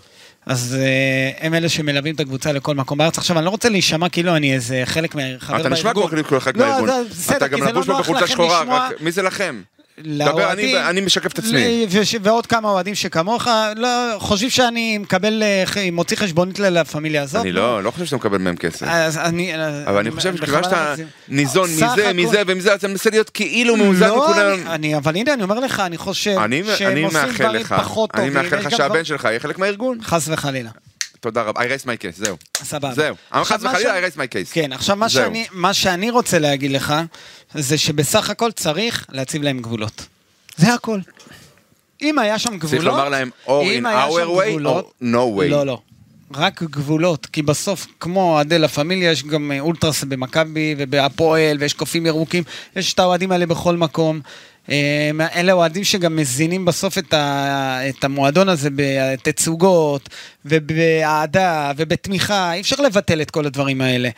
Speaker 1: אז אה, הם אלה שמלווים את הקבוצה לכל מקום בארץ. עכשיו, אני לא רוצה להישמע כאילו אני איזה חלק מה... חבר
Speaker 3: אתה
Speaker 1: בארגון.
Speaker 3: נשמע כמו כאילו כל אחד
Speaker 1: לא,
Speaker 3: בארגון.
Speaker 1: זה- בסדר,
Speaker 3: אתה
Speaker 1: כי
Speaker 3: גם
Speaker 1: זה לא
Speaker 3: לבוש
Speaker 1: נוח
Speaker 3: בחולצה
Speaker 1: לכם
Speaker 3: שחורה,
Speaker 1: לשמוע-
Speaker 3: רק- מי זה לכם? דבר, אני-
Speaker 1: לאוהדים,
Speaker 3: אני משקף את עצמי.
Speaker 1: ל- וש- ועוד כמה אוהדים שכמוך, לא, חושבים שאני מקבל, אה, ח- מוציא חשבונית ללה פמיליה הזאת. אה,
Speaker 3: אני לא, לא חושב שאתה מקבל מהם כסף.
Speaker 1: אז אני...
Speaker 3: אבל אני חושב שכיוון שאתה
Speaker 1: בכוונה לא
Speaker 3: ניזון
Speaker 1: מגזים. סך
Speaker 3: מזה, מזה
Speaker 1: הכל-
Speaker 3: ומזה, אתה מנסה להיות כאילו מאוזן
Speaker 1: לא, אני-
Speaker 3: מכולם.
Speaker 1: אני, אבל הנה, אני אומר לך, אני חושב
Speaker 3: אני
Speaker 1: שהם
Speaker 3: אני
Speaker 1: עושים
Speaker 3: מאחל
Speaker 1: דברים
Speaker 3: לך,
Speaker 1: פחות
Speaker 3: אני
Speaker 1: טובים.
Speaker 3: מאחל
Speaker 1: יש
Speaker 3: לך
Speaker 1: גם
Speaker 3: שהבן
Speaker 1: דבר-
Speaker 3: שלך יהיה חלק מהארגון.
Speaker 1: חס וחלילה.
Speaker 3: תודה רבה, I rest my case, זהו.
Speaker 1: סבבה.
Speaker 3: זהו.
Speaker 1: עכשיו,
Speaker 3: חס
Speaker 1: מה
Speaker 3: וחלילה,
Speaker 1: שאני-
Speaker 3: I rest my case.
Speaker 1: כן, עכשיו מה
Speaker 3: זהו.
Speaker 1: שאני, מה שאני רוצה להגיד לך, זה שבסך הכל צריך להציב להם גבולות. זה הכל. אם היה שם גבולות...
Speaker 3: צריך לומר להם, or
Speaker 1: אם
Speaker 3: in
Speaker 1: היה שם
Speaker 3: our way,
Speaker 1: גבולות-
Speaker 3: or no way.
Speaker 1: לא, לא. רק גבולות, כי בסוף, כמו אוהדי לה פמיליה, יש גם אה, אולטרס במכבי ובהפועל, ויש קופים ירוקים, יש את האוהדים האלה בכל מקום. אה, מה- אלה אוהדים שגם מזינים בסוף את, ה, את המועדון הזה בתצוגות, ובאהדה, ובתמיכה, אי אפשר לבטל את כל הדברים האלה.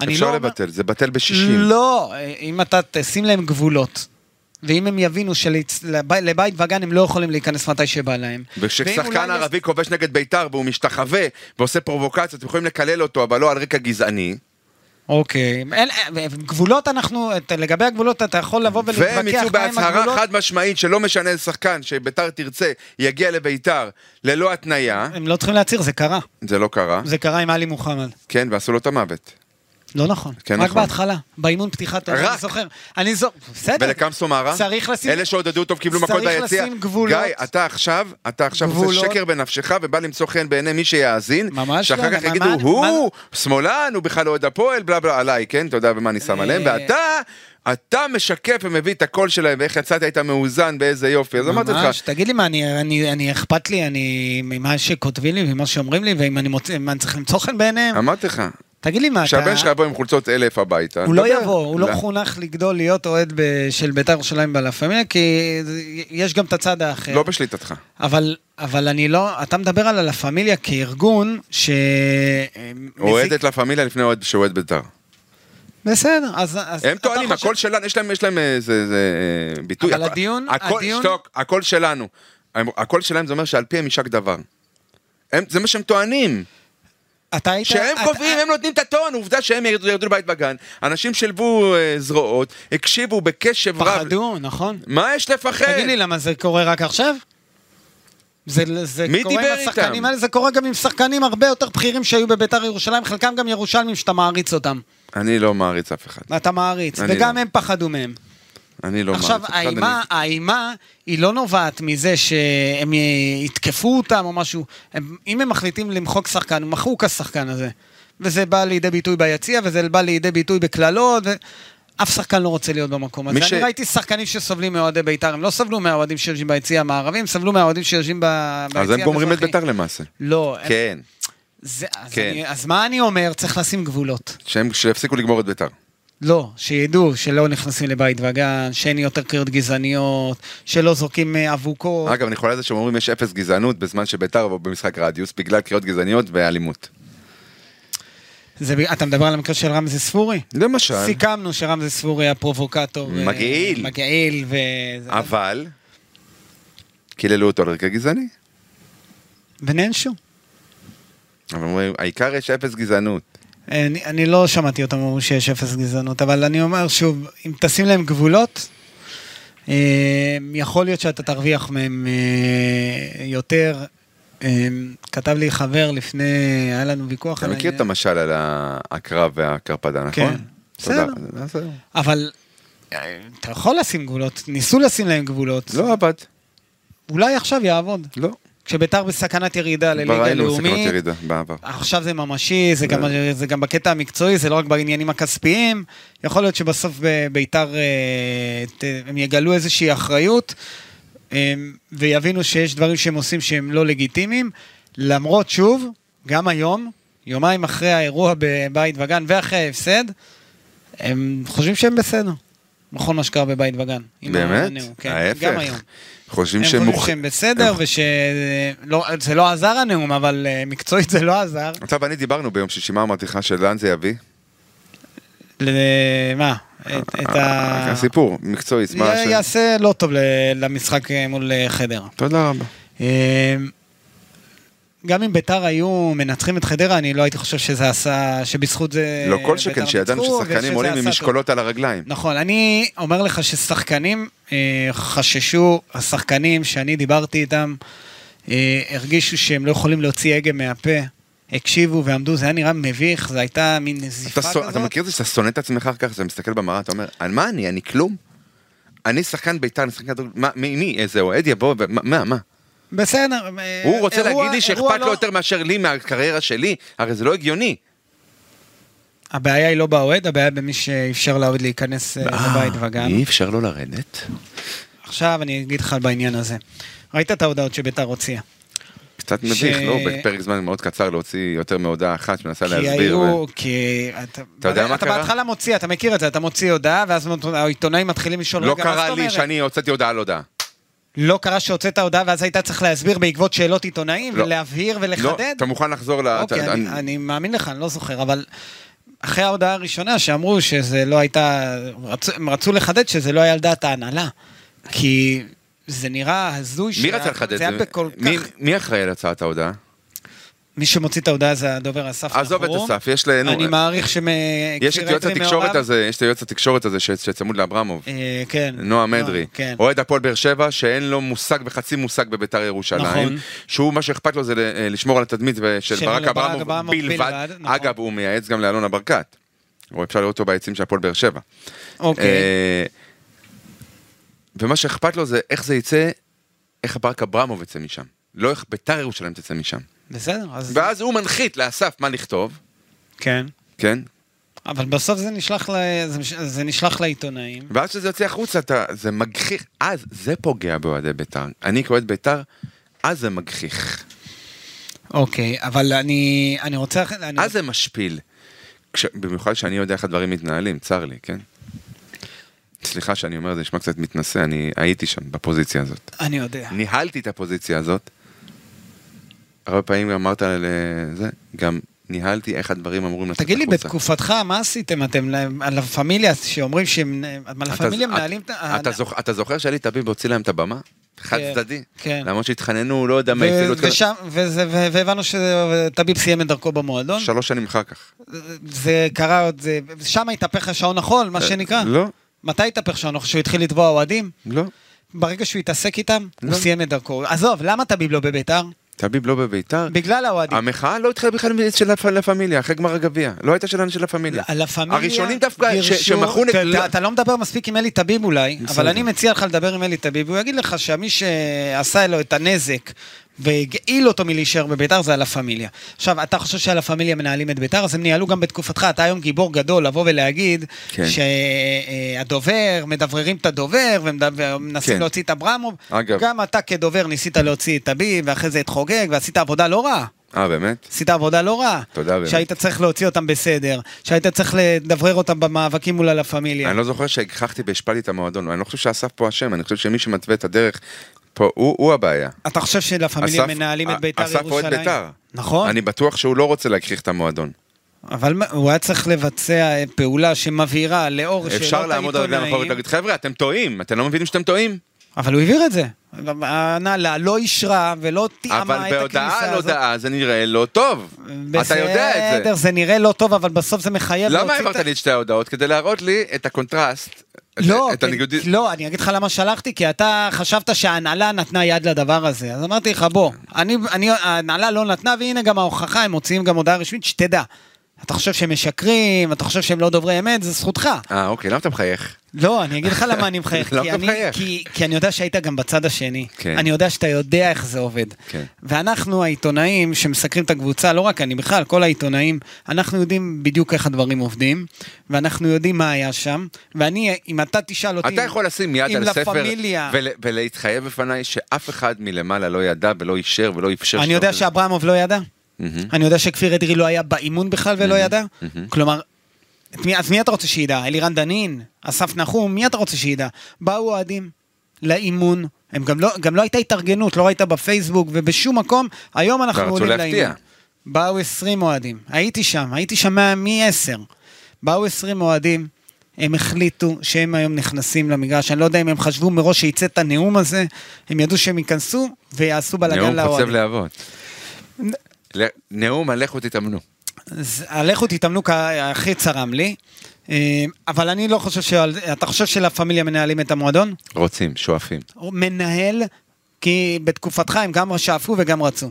Speaker 1: אני
Speaker 3: אפשר
Speaker 1: לא אומר-
Speaker 3: לבטל, זה בטל בשישים.
Speaker 1: לא, אם אתה תשים להם גבולות. ואם הם יבינו שלבית וגן הם לא יכולים להיכנס מתי שבא להם. ואם
Speaker 3: וכששחקן
Speaker 1: אולי יש-
Speaker 3: ערבי כובש נגד בית"ר והוא משתחווה ועושה פרובוקציות, אתם יכולים לקלל אותו, אבל לא על רקע גזעני.
Speaker 1: אוקיי, אין- אה, גבולות אנחנו, את- לגבי הגבולות אתה יכול לבוא ולהתווכח
Speaker 3: והם יצאו
Speaker 1: מה עם
Speaker 3: בהצהרה
Speaker 1: הגבולות.
Speaker 3: חד משמעית שלא משנה איזה שחקן שבית"ר תרצה יגיע לבית"ר ללא התניה,
Speaker 1: הם לא צריכים להצהיר, זה קרה.
Speaker 3: זה לא קרה,
Speaker 1: זה קרה עם עלי מוחמד.
Speaker 3: כן, ועשו לו את המוות.
Speaker 1: לא נכון.
Speaker 3: כן,
Speaker 1: רק
Speaker 3: נכון.
Speaker 1: בהתחלה, באימון פתיחת, עונה,
Speaker 3: רק.
Speaker 1: אני זוכר. אני זוכר, בסדר.
Speaker 3: ולקמסו מארה,
Speaker 1: צריך לשים...
Speaker 3: אלה שעודדו אותו קיבלו מכות
Speaker 1: צריך
Speaker 3: ביציע.
Speaker 1: לשים גבולות.
Speaker 3: גיא, אתה עכשיו, אתה עכשיו עושה
Speaker 1: גבולות.
Speaker 3: שקר בנפשך ובא למצוא חן בעיני מי שיאזין,
Speaker 1: ממש לא,
Speaker 3: שאחר כך
Speaker 1: מה-
Speaker 3: יגידו,
Speaker 1: מה-
Speaker 3: הוא שמאלן, הוא בכלל אוהד הפועל, בלה בלה, עליי, כן, אתה יודע במה אני שם
Speaker 1: אה,
Speaker 3: עליהם, ואתה... אתה משקף ומביא את הקול שלהם, ואיך יצאת, היית מאוזן, באיזה יופי. אז אמרתי
Speaker 1: ממש,
Speaker 3: לך,
Speaker 1: תגיד לי מה, אני, אני, אני אכפת לי, אני, ממה שכותבים לי ומה שאומרים לי, ואם אני, מוצא, מה, אני צריך למצוא חן בעיניהם?
Speaker 3: אמרתי לך,
Speaker 1: תגיד לי מה, לא. אתה...
Speaker 3: כשהבן אמ- שלך יבוא עם חולצות אלף הביתה.
Speaker 1: הוא לא
Speaker 3: נדבר.
Speaker 1: יבוא, הוא לא
Speaker 3: לא.
Speaker 1: חונך לגדול להיות אוהד ב- של בית"ר ירושלים בלה פמיליה, כי זה- יש גם את הצד האחר.
Speaker 3: לא בשליטתך.
Speaker 1: אבל, אבל אני לא, אתה מדבר על הלה פמיליה כארגון ש...
Speaker 3: אוהד
Speaker 1: מזיק-
Speaker 3: את לה פמיליה לפני אוהד שאוהד בית"ר.
Speaker 1: בסדר, אז... אז
Speaker 3: הם
Speaker 1: אתה
Speaker 3: טוענים,
Speaker 1: חושב-
Speaker 3: הכל שלנו, יש להם, יש להם איזה זה, אה, ביטוי.
Speaker 1: אבל
Speaker 3: הכ-
Speaker 1: הדיון-
Speaker 3: הכל,
Speaker 1: הדיון-
Speaker 3: שתוק, הכל שלנו. הם- הכל שלהם זה אומר שעל פיהם יישק דבר. הם, זה מה שהם טוענים,
Speaker 1: אתה היית...
Speaker 3: שהם
Speaker 1: אתה-
Speaker 3: קובעים, הם נותנים את הטון, עובדה שהם ירדו ירדו לבית בגן, אנשים שלבו אה, זרועות, הקשיבו בקשב רב. כן.
Speaker 1: פחדו, נכון.
Speaker 3: מה יש לפחד?
Speaker 1: תגיד לי, למה זה קורה רק עכשיו? זה, זה
Speaker 3: מי
Speaker 1: קורה
Speaker 3: דיבר
Speaker 1: עם השחקנים
Speaker 3: איתם?
Speaker 1: האלה, זה קורה גם עם שחקנים הרבה יותר בכירים שהיו בביתר ירושלים, חלקם גם ירושלמים שאתה מעריץ אותם.
Speaker 3: אני לא מעריץ אף אחד.
Speaker 1: אתה מעריץ,
Speaker 3: אני
Speaker 1: וגם
Speaker 3: לא.
Speaker 1: הם פחדו מהם.
Speaker 3: אני לא מעריץ אף
Speaker 1: עכשיו,
Speaker 3: אחד.
Speaker 1: האימה, האימה היא לא נובעת מזה שהם י- יתקפו אותם או משהו. הם, אם הם מחליטים למחוק שחקן, הם מחקו כשחקן הזה. וזה בא לידי ביטוי ביציע, וזה בא לידי ביטוי בקללות, ואף שחקן לא רוצה להיות במקום הזה.
Speaker 3: מי ש-
Speaker 1: ש... אני ראיתי שחקנים שסובלים מאוהדי בית"ר, הם לא סבלו מהאוהדים שיושבים ביציע המערבי, הם סבלו מהאוהדים שיושבים ב...
Speaker 3: אני...
Speaker 1: ביציע
Speaker 3: אז הם גומרים את
Speaker 1: המזרחי.
Speaker 3: בית"ר למעשה.
Speaker 1: לא, הם...
Speaker 3: כן,
Speaker 1: זה, אז,
Speaker 3: כן.
Speaker 1: אני, אז מה אני אומר? צריך לשים גבולות.
Speaker 3: שהם, שיפסיקו לגמור את בית"ר.
Speaker 1: לא, שידעו שלא נכנסים לבית וגן, שאין יותר קריאות גזעניות, שלא זורקים אה, אבוקות.
Speaker 3: אגב, אני חולה על זה שהם אומרים יש אפס גזענות בזמן שביתר במשחק רדיוס, בגלל קריאות גזעניות ואלימות.
Speaker 1: זה, ב- אתה מדבר על המקרה של רמזי ספורי?
Speaker 3: למשל.
Speaker 1: סיכמנו שרמזי ספורי הפרובוקטור. אה,
Speaker 3: מגעיל.
Speaker 1: מגעיל ו...
Speaker 3: אבל, קיללו אותו על רקע גזעני.
Speaker 1: ונענשו.
Speaker 3: אבל אומרים, העיקר יש אפס גזענות.
Speaker 1: אוקיי. אני, אני לא שמעתי אותם אומרים שיש אפס גזענות, אבל אני אומר שוב, אם תשים להם גבולות, אה, יכול להיות שאתה תרוויח מהם אה, יותר. אה, כתב לי חבר לפני, היה לנו ויכוח
Speaker 3: אתה מכיר את
Speaker 1: העניין.
Speaker 3: המשל על ה- הקרב והקרפדה, נכון?
Speaker 1: כן. בסדר.
Speaker 3: תודה. אז זהו.
Speaker 1: אבל אה, אתה יכול לשים גבולות, ניסו לשים להם גבולות.
Speaker 3: לא עבד,
Speaker 1: אולי עכשיו יעבוד.
Speaker 3: לא.
Speaker 1: כשביתר בסכנת ירידה
Speaker 3: כבר
Speaker 1: לליגה
Speaker 3: ראינו סכנות
Speaker 1: לאומית,
Speaker 3: ירידה בעבר.
Speaker 1: עכשיו זה ממשי, זה, גם, זה גם בקטע המקצועי, זה לא רק בעניינים הכספיים. יכול להיות שבסוף ב- ביתר אה, ת- הם יגלו איזושהי אחריות אה, ויבינו שיש דברים שהם עושים שהם לא לגיטימיים. למרות, שוב, גם היום, יומיים אחרי האירוע בבית וגן ואחרי ההפסד, הם חושבים שהם בסדר. נכון מה שקרה בבית וגן. עם
Speaker 3: באמת?
Speaker 1: הנאום, כן,
Speaker 3: ההפך.
Speaker 1: גם היום.
Speaker 3: חושבים
Speaker 1: הם
Speaker 3: שהם
Speaker 1: חושבים
Speaker 3: מוכ-
Speaker 1: שהם בסדר,
Speaker 3: הם-
Speaker 1: ושזה לא עזר הנאום, אבל אה, מקצועית זה לא עזר.
Speaker 3: אתה ואני דיברנו ביום שישי, מה אמרתי לך, שלאן זה יביא?
Speaker 1: ל- מה? את- את ה...
Speaker 3: אה, הסיפור, מקצועית, מה
Speaker 1: י-
Speaker 3: ש...
Speaker 1: יעשה לא טוב ל- למשחק אה, מול אה, חדרה.
Speaker 3: תודה רבה.
Speaker 1: אה, גם אם ביתר היו מנצחים את חדרה, אני לא הייתי חושב שזה עשה, שבזכות זה...
Speaker 3: לא כל
Speaker 1: ביתר
Speaker 3: שכן שידענו
Speaker 1: ניצחו,
Speaker 3: ששחקנים
Speaker 1: אה, ושזה
Speaker 3: עולים
Speaker 1: עשה
Speaker 3: עם
Speaker 1: טוב.
Speaker 3: משקולות על הרגליים.
Speaker 1: נכון, אני אומר לך ששחקנים אה, חששו, השחקנים שאני דיברתי איתם, אה, הרגישו שהם לא יכולים להוציא הגה מהפה, הקשיבו ועמדו, זה היה נראה מביך, זו הייתה מין נזיפה
Speaker 3: אתה
Speaker 1: כזאת.
Speaker 3: שונא- אתה מכיר את זה שאתה שונא את עצמך אחר כך, שאתה מסתכל במראה, אתה אומר, על מה אני? אני כלום? אני שחקן בית"ר, אני שחקן כדורגל, מה, מי, מי, איזה אוהד יבוא, ו- מה, מה, מה?
Speaker 1: בסדר. אה,
Speaker 3: הוא רוצה
Speaker 1: אירוע-
Speaker 3: להגיד לי
Speaker 1: אירוע
Speaker 3: שאכפת
Speaker 1: לא-
Speaker 3: לו יותר מאשר לי מהקריירה שלי? הרי זה לא הגיוני.
Speaker 1: הבעיה היא לא באוהד, הבעיה במי שאפשר לאוהד להיכנס אה, לבית וגן.
Speaker 3: אי אפשר לא לרדת?
Speaker 1: עכשיו אני אגיד לך בעניין הזה. ראית את ההודעות שביתר הוציאה.
Speaker 3: קצת
Speaker 1: ש-
Speaker 3: מביך, לא? בפרק זמן מאוד קצר להוציא יותר מהודעה אחת שמנסה
Speaker 1: כי
Speaker 3: להסביר.
Speaker 1: היו,
Speaker 3: ו-
Speaker 1: כי אתה,
Speaker 3: אתה יודע מה
Speaker 1: אתה
Speaker 3: קרה?
Speaker 1: בהתחלה מוציא, אתה מכיר את זה, אתה מוציא הודעה, ואז העיתונאים מתחילים לשאול,
Speaker 3: לא
Speaker 1: "רגע, מה
Speaker 3: קרה
Speaker 1: זאת
Speaker 3: לי
Speaker 1: אומרת?"
Speaker 3: שאני הוצאתי הודעה על הודעה.
Speaker 1: לא קרה שהוצאת הודעה ואז היית צריך להסביר בעקבות שאלות עיתונאים,
Speaker 3: לא.
Speaker 1: ולהבהיר
Speaker 3: לא,
Speaker 1: ולחדד?
Speaker 3: אתה מוכן לחזור ל...
Speaker 1: אוקיי,
Speaker 3: אתה-
Speaker 1: אני- אני מאמין לך, אני לא זוכר, אבל... אחרי ההודעה הראשונה שאמרו שזה לא הייתה, רצו- הם רצו לחדד שזה לא היה על דעת ההנהלה. כי זה נראה הזוי
Speaker 3: מי רצה לחדד את
Speaker 1: זה? היה
Speaker 3: זה?
Speaker 1: בכל
Speaker 3: מי-
Speaker 1: כך...
Speaker 3: מי אחראי על הצעת ההודעה?
Speaker 1: מי שמוציא את ההודעה זה הדובר אסף
Speaker 3: עזוב את
Speaker 1: נחום.
Speaker 3: אסף, יש לנו...
Speaker 1: אני מעריך שמ...
Speaker 3: יש את
Speaker 1: כפיר
Speaker 3: יועץ
Speaker 1: אקרין
Speaker 3: התקשורת
Speaker 1: מעורב.
Speaker 3: הזה, יש את היועץ התקשורת הזה ש- שצמוד לאברמוב.
Speaker 1: אה, כן.
Speaker 3: נועם אדרי,
Speaker 1: כן.
Speaker 3: אוהד הפועל באר שבע, שאין לו מושג וחצי מושג בביתר ירושלים,
Speaker 1: נכון.
Speaker 3: שהוא מה שאכפת לו זה ל- אה, לשמור על התדמית ו- של
Speaker 1: של
Speaker 3: ברק
Speaker 1: ברק
Speaker 3: אברמוב
Speaker 1: אברמוב
Speaker 3: בלבד,
Speaker 1: בלבד, נכון.
Speaker 3: אגב הוא מייעץ גם לאלונה ברקת, או אפשר לראות אותו ביציעים של הפועל באר שבע.
Speaker 1: אוקיי.
Speaker 3: אה, ומה שאכפת לו זה איך זה יצא, איך ברק אברמוב יצא משם, לא איך ביתר ירושלים תצא משם.
Speaker 1: בסדר, אז...
Speaker 3: ואז הוא מנחית לאסף מה לכתוב,
Speaker 1: כן.
Speaker 3: כן?
Speaker 1: אבל בסוף זה נשלח, ל... זה, מש- זה נשלח לעיתונאים.
Speaker 3: ואז כשזה יוצא החוצה, אתה, זה מגחיך, אז זה פוגע באוהדי ביתר. אני כאוהד ביתר, אז זה מגחיך,
Speaker 1: אוקיי, אבל אני, אני רוצה... אני,
Speaker 3: אז זה משפיל. כש, במיוחד שאני יודע איך הדברים מתנהלים, צר לי, כן? סליחה שאני אומר, זה נשמע קצת מתנשא, אני הייתי שם, בפוזיציה הזאת.
Speaker 1: אני יודע.
Speaker 3: ניהלתי את הפוזיציה הזאת. הרבה פעמים אמרת על אה, זה, גם ניהלתי איך הדברים אמורים לצאת החוצה.
Speaker 1: תגיד לי, בתקופתך, מה עשיתם? אתם לה פמיליה שאומרים שהם... לה
Speaker 3: אתה-
Speaker 1: פמיליה
Speaker 3: אתה-
Speaker 1: מנהלים את ה... אה,
Speaker 3: אתה זוכ- אתה זוכר שאלי טביב הוציא להם את הבמה? חד צדדי.
Speaker 1: כן.
Speaker 3: למרות שהתחננו, לא יודע מה, הפעילו את
Speaker 1: ו-
Speaker 3: כל...
Speaker 1: ושם, וזה- ו- והבנו שטביב סיים את דרכו במועדון.
Speaker 3: שלוש שנים אחר כך.
Speaker 1: זה קרה עוד... זה- שם התהפך השעון החול, מה שנקרא.
Speaker 3: לא,
Speaker 1: מתי התהפך שעון החול? כשהוא התחיל לתבוע אוהדים?
Speaker 3: לא.
Speaker 1: ברגע שהוא התעסק איתם,
Speaker 3: לא.
Speaker 1: הוא סיים את דרכו. עזוב, למה טביב לא בביתר?
Speaker 3: טביב לא בביתר.
Speaker 1: בגלל האוהדים.
Speaker 3: המחאה לא התחילה בכלל של לה- לה פמיליה, אחרי גמר הגביע. לא הייתה של אנשי לה פמיליה.
Speaker 1: לה פמיליה
Speaker 3: הראשונים דווקא ש-
Speaker 1: גירשו-
Speaker 3: שמכרו נגד...
Speaker 1: אתה- אתה לא מדבר מספיק עם אלי טביב אולי, אבל
Speaker 3: בסדר.
Speaker 1: אני מציע לך לדבר עם אלי טביב, הוא יגיד לך שמי שעשה לו את הנזק והגעיל אותו מלהישאר בביתר זה הלה פמיליה. עכשיו, אתה חושב שהלה פמיליה מנהלים את ביתר, אז הם ניהלו גם בתקופתך, אתה היום גיבור גדול לבוא ולהגיד
Speaker 3: כן.
Speaker 1: שהדובר, מדבררים את הדובר ומדבר- ומנסים
Speaker 3: כן.
Speaker 1: להוציא את אברמוב.
Speaker 3: אגב.
Speaker 1: גם אתה כדובר ניסית להוציא את טביב, ואחרי זה את חוגג, ועשית עבודה לא רעה.
Speaker 3: אה, באמת?
Speaker 1: עשית עבודה לא רעה.
Speaker 3: תודה, באמת.
Speaker 1: שהיית צריך להוציא אותם בסדר, שהיית צריך לדברר אותם במאבקים מול הלה פמיליה.
Speaker 3: אני לא זוכר שהגחכתי והשפלתי את המועדון, אני לא חושב שאסף פה אשם, אני חושב שמי שמתווה את הדרך פה, הוא, הוא הבעיה.
Speaker 1: אתה חושב שלה פמיליה מנהלים את ביתר
Speaker 3: אסף אוהד
Speaker 1: ירושלים?
Speaker 3: ביתר.
Speaker 1: נכון,
Speaker 3: אני בטוח שהוא לא רוצה להגחיך את המועדון.
Speaker 1: אבל מה- הוא היה צריך לבצע אה, פעולה שמבהירה לאור שאלות
Speaker 3: אפשר לעמוד על רגליים
Speaker 1: העיתונאים,
Speaker 3: אחרות ולהגיד, חבר'ה, אתם טועים, אתם לא מבינים שאתם טועים.
Speaker 1: אבל הוא הבהיר את זה. ההנהלה לא אישרה ולא תיאמה
Speaker 3: אבל
Speaker 1: את
Speaker 3: בהודעה
Speaker 1: הכניסה
Speaker 3: על
Speaker 1: הזאת.
Speaker 3: הודעה זה נראה לא טוב. אתה יודע את זה.
Speaker 1: בסדר, זה נראה לא טוב, אבל בסוף זה מחייב
Speaker 3: למה
Speaker 1: להוציא את
Speaker 3: העברת
Speaker 1: ה-
Speaker 3: לי את שתי ההודעות? כדי להראות לי את הקונטרסט.
Speaker 1: לא,
Speaker 3: את
Speaker 1: כי-
Speaker 3: הניגודי...
Speaker 1: לא, אני אגיד לך למה שלחתי, כי אתה חשבת שההנהלה נתנה יד לדבר הזה. אז אמרתי לך, בוא, אני, אני, ההנהלה לא נתנה, והנה גם ההוכחה, הם מוציאים גם הודעה רשמית, שתדע. אתה חושב שהם משקרים, אתה חושב שהם לא דוברי אמת, זה זכותך.
Speaker 3: אה, אוקיי, למה אתה מחייך?
Speaker 1: לא, אני אגיד לך למה אני מחייך.
Speaker 3: למה
Speaker 1: כי
Speaker 3: אתה
Speaker 1: אני-
Speaker 3: לא מחייך?
Speaker 1: כי- כי אני יודע שהיית גם בצד השני.
Speaker 3: כן.
Speaker 1: אני יודע שאתה יודע איך זה עובד.
Speaker 3: כן.
Speaker 1: ואנחנו העיתונאים שמסקרים את הקבוצה, לא רק אני, בכלל, כל העיתונאים, אנחנו יודעים בדיוק איך הדברים עובדים, ואנחנו יודעים מה היה שם, ואני, אם אתה תשאל אותי...
Speaker 3: אתה
Speaker 1: אם-
Speaker 3: יכול לשים יד
Speaker 1: אם
Speaker 3: על
Speaker 1: לה
Speaker 3: הספר
Speaker 1: פמיליה-
Speaker 3: ול- ולהתחייב בפניי שאף אחד מלמעלה לא ידע ולא אישר ולא אפשר.
Speaker 1: אני
Speaker 3: שאתה
Speaker 1: יודע
Speaker 3: עושה את
Speaker 1: שאברמוב לא ידע,
Speaker 3: זה. מהמם.
Speaker 1: אני יודע שכפיר אדרי לא היה באימון בכלל ולא ידע,
Speaker 3: מהמם.
Speaker 1: כלומר... את מי, אז מי אתה רוצה שידע? אלירן דנין? אסף נחום? מי אתה רוצה שידע? באו אוהדים לאימון, הם גם לא, גם לא הייתה התארגנות, לא הייתה בפייסבוק ובשום מקום, היום אנחנו
Speaker 3: ורצו
Speaker 1: עולים
Speaker 3: להפתיע.
Speaker 1: לאימון. באו 20 אוהדים, הייתי שם, הייתי שם מה- מ-10. באו 20 אוהדים, הם החליטו שהם היום נכנסים למגרש, אני לא יודע אם הם חשבו מראש שיצא את הנאום הזה, הם ידעו שהם ייכנסו ויעשו בלאגן
Speaker 3: נאום חוצב
Speaker 1: לאוהדים.
Speaker 3: להבות. ל- נאום על לכו תתאמנו.
Speaker 1: אז לכו תתאמנו כ- הכי צרם לי. אה, אבל אני לא חושב ש... אתה חושב שלה פמיליה מנהלים את המועדון?
Speaker 3: רוצים, שואפים.
Speaker 1: או מנהל, כי בתקופתך הם גם שאפו וגם רצו.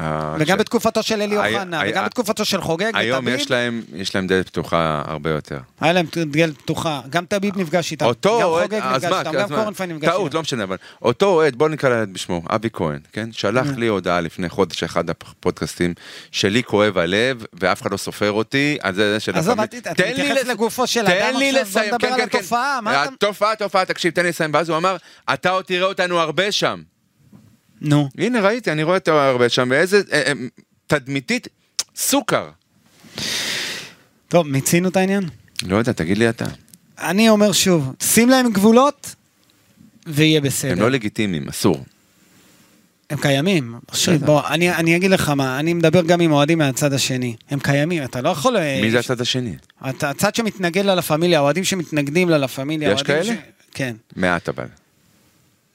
Speaker 3: אה,
Speaker 1: וגם
Speaker 3: כש-
Speaker 1: בתקופתו של אלי
Speaker 3: היה-
Speaker 1: אוחנה,
Speaker 3: היה-
Speaker 1: וגם בתקופתו של חוגג
Speaker 3: היום
Speaker 1: ותביב,
Speaker 3: יש להם, יש להם דלת פתוחה הרבה יותר.
Speaker 1: היה להם דלת פתוחה. גם תביב נפגש איתם,
Speaker 3: אותו
Speaker 1: גם
Speaker 3: אוהד, אה,
Speaker 1: חוגג
Speaker 3: אז
Speaker 1: נפגש
Speaker 3: מה,
Speaker 1: איתם, גם
Speaker 3: אז מה,
Speaker 1: קורנפיין נפגש
Speaker 3: טעות,
Speaker 1: איתם.
Speaker 3: לא משנה, אבל אותו אוהד, בוא נקרא לילד בשמו, אבי כהן, כן? שלח
Speaker 1: Mm.
Speaker 3: לי הודעה לפני חודש, אחד הפודקאסטים, שלי כואב הלב, ואף אחד לא סופר אותי, על זה זה של...
Speaker 1: עזוב,
Speaker 3: הפמיל-
Speaker 1: אל תת- אתה
Speaker 3: תן לי
Speaker 1: מתייחס
Speaker 3: לס-
Speaker 1: לגופו של
Speaker 3: תן
Speaker 1: אדם
Speaker 3: לי
Speaker 1: עכשיו, בוא
Speaker 3: לסיים,
Speaker 1: נדבר
Speaker 3: כן,
Speaker 1: על
Speaker 3: כן, כן.
Speaker 1: התופעה, מה אתה-
Speaker 3: התופעה, תופעה, תקשיב, תן לי לסיים, ואז הוא אמר, אתה עוד תראה אותנו הרבה שם. לא?
Speaker 1: נו,
Speaker 3: הנה, ראיתי, אני רואה אותו הרבה שם, ואיזה... אה, אה, תדמיתית, סוכר.
Speaker 1: טוב, מיצינו את העניין?
Speaker 3: לא יודע, תגיד לי אתה.
Speaker 1: אני אומר שוב, שים להם גבולות, ויהיה בסדר.
Speaker 3: הם לא לגיטימיים, אסור.
Speaker 1: הם קיימים. אושרי, בוא, אני, אני אגיד לך מה, אני מדבר גם עם אוהדים מהצד השני. הם קיימים, אתה לא יכול... אה,
Speaker 3: מי זה הצד השני?
Speaker 1: אתה, הצד שמתנגד ללה פמיליה, האוהדים שמתנגדים ללה פמיליה.
Speaker 3: יש
Speaker 1: האוהדים
Speaker 3: כאלה?
Speaker 1: ש... כן.
Speaker 3: מעט אבל.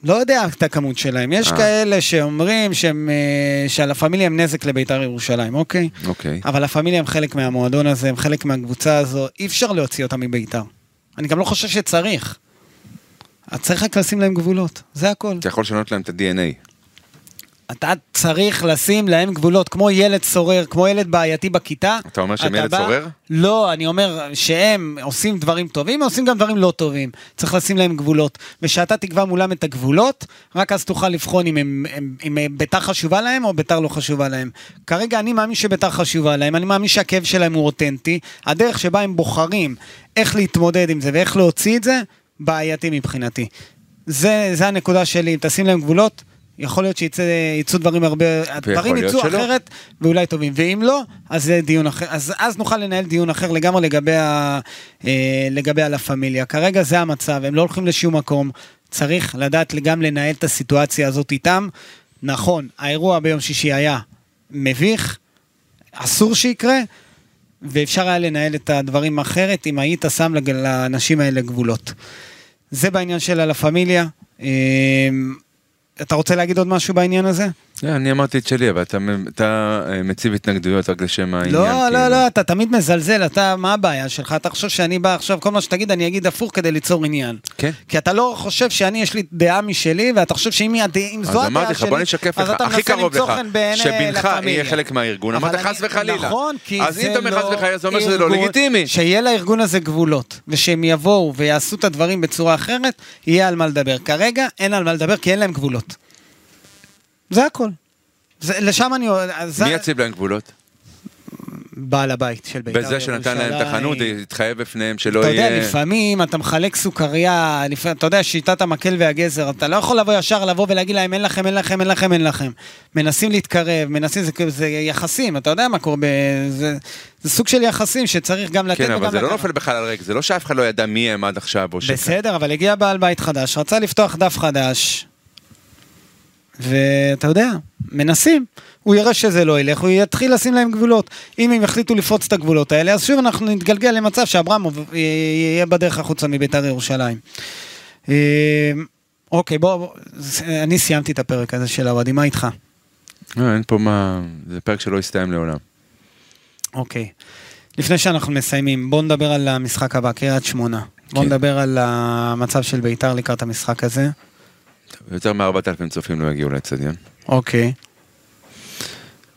Speaker 1: לא יודע את הכמות שלהם. יש
Speaker 3: אה.
Speaker 1: כאלה שאומרים שהם, אה, שהלה פמיליה הם נזק לבית"ר ירושלים, אוקיי?
Speaker 3: אוקיי.
Speaker 1: אבל לה פמיליה הם חלק מהמועדון הזה, הם חלק מהקבוצה הזו, אי אפשר להוציא אותם מבית"ר. אני גם לא חושב שצריך. אז צריך רק לשים להם גבולות, זה הכל.
Speaker 3: אתה יכול לשנות להם את ה-DNA.
Speaker 1: אתה צריך לשים להם גבולות, כמו ילד סורר, כמו ילד בעייתי בכיתה.
Speaker 3: אתה אומר שהם ילד
Speaker 1: בא-
Speaker 3: סורר?
Speaker 1: לא, אני אומר שהם עושים דברים טובים, עושים גם דברים לא טובים. צריך לשים להם גבולות. ושאתה תקבע מולם את הגבולות, רק אז תוכל לבחון אם, הם, הם, אם אה, ביתר חשובה להם או ביתר לא חשובה להם. כרגע אני מאמין שביתר חשובה להם, אני מאמין שהכאב שלהם הוא אותנטי. הדרך שבה הם בוחרים איך להתמודד עם זה ואיך להוציא את זה, בעייתי מבחינתי. זה, זה הנקודה שלי, אם תשים להם גבולות, יכול להיות שיצא- יצאו דברים הרבה, הדברים
Speaker 3: להיות
Speaker 1: יצאו
Speaker 3: שלא.
Speaker 1: אחרת ואולי טובים, ואם לא, אז זה דיון אחר, אז, אז נוכל לנהל דיון אחר לגמרי לגבי, ה, אה, לגבי הלה פמיליה. כרגע זה המצב, הם לא הולכים לשום מקום, צריך לדעת גם לנהל את הסיטואציה הזאת איתם. נכון, האירוע ביום שישי היה מביך, אסור שיקרה, ואפשר היה לנהל את הדברים אחרת אם היית שם לג- לאנשים האלה גבולות. זה בעניין של הלה פמיליה. אה, אתה רוצה להגיד עוד משהו בעניין הזה?
Speaker 3: אה, אני אמרתי את שלי, אבל אתה- אתה אה, מציב התנגדויות רק לשם העניין.
Speaker 1: לא,
Speaker 3: כאילו.
Speaker 1: לא, לא, אתה תמיד מזלזל, אתה, מה הבעיה שלך? אתה חושב שאני בא עכשיו, כל מה שתגיד אני אגיד הפוך כדי ליצור עניין.
Speaker 3: כן.
Speaker 1: כי אתה לא חושב שאני, יש לי דעה משלי, ואתה חושב שאם היא הד- אם זו
Speaker 3: אז
Speaker 1: הדעה
Speaker 3: אמרתי לך,
Speaker 1: שלי,
Speaker 3: בוא נשקף
Speaker 1: אז
Speaker 3: לך,
Speaker 1: אתה
Speaker 3: הכי
Speaker 1: מנסה
Speaker 3: קרוב
Speaker 1: למצוא
Speaker 3: לך,
Speaker 1: חן בעיני
Speaker 3: שבנך
Speaker 1: לה
Speaker 3: יהיה
Speaker 1: פמיליה.
Speaker 3: חלק מהארגון.
Speaker 1: אבל
Speaker 3: אמרת
Speaker 1: אני-
Speaker 3: חס וחלילה.
Speaker 1: נכון, כי
Speaker 3: אז
Speaker 1: זה
Speaker 3: אם אתה אומר חס
Speaker 1: לא
Speaker 3: וחלילה, זה אומר שזה לא
Speaker 1: ארגון-
Speaker 3: לגיטימי.
Speaker 1: שיהיה לארגון הזה גבולות, ושהם יבואו ויעשו את הדברים בצורה אחרת, יהיה על מה לדבר. כרגע אין על מה לדבר, כי אין להם גבולות. זה הכל. זה, לשם אני... אז-
Speaker 3: מי יציב להם גבולות?
Speaker 4: בעל הבית של בית"ר
Speaker 3: בזה שנתן להם את החנות,
Speaker 4: ירושלים.
Speaker 3: התחייב בפניהם שלא
Speaker 1: אתה יודע,
Speaker 3: יהיה...
Speaker 1: לפעמים אתה מחלק סוכריה, לפ... אתה יודע, שיטת המקל והגזר, אתה לא יכול לבוא ישר לבוא ולהגיד להם, אין לכם, אין לכם, אין לכם, אין לכם. מנסים להתקרב, מנסים, זה, זה יחסים, אתה יודע מה קורה, ב... זה, זה סוג של יחסים שצריך גם לתת
Speaker 3: כן,
Speaker 1: וגם
Speaker 3: אבל זה לא
Speaker 1: לקחת.
Speaker 3: נופל בכלל על ריק, זה לא שאף אחד לא ידע מי הם עד עכשיו, או ש...
Speaker 1: בסדר, אבל הגיע בעל בית חדש, רצה לפתוח דף חדש, ואתה יודע, מנסים. הוא יראה שזה לא ילך, הוא יתחיל לשים להם גבולות. אם הם יחליטו לפרוץ את הגבולות האלה, אז שוב אנחנו נתגלגל למצב שאברמוב אה, יהיה בדרך החוצה מביתר ירושלים. אה, אוקיי, בוא, בוא, ס- אני סיימתי את הפרק הזה של האוהדים, מה איתך?
Speaker 3: לא, אין פה מה... זה פרק שלא יסתיים לעולם.
Speaker 1: אוקיי. לפני שאנחנו מסיימים, בואו נדבר על המשחק הבא, קריית שמונה. בואו
Speaker 3: כן.
Speaker 1: נדבר על המצב של ביתר לקראת המשחק הזה.
Speaker 3: יותר מ-4,000 צופים לא יגיעו לאצטדיון.
Speaker 1: אוקיי.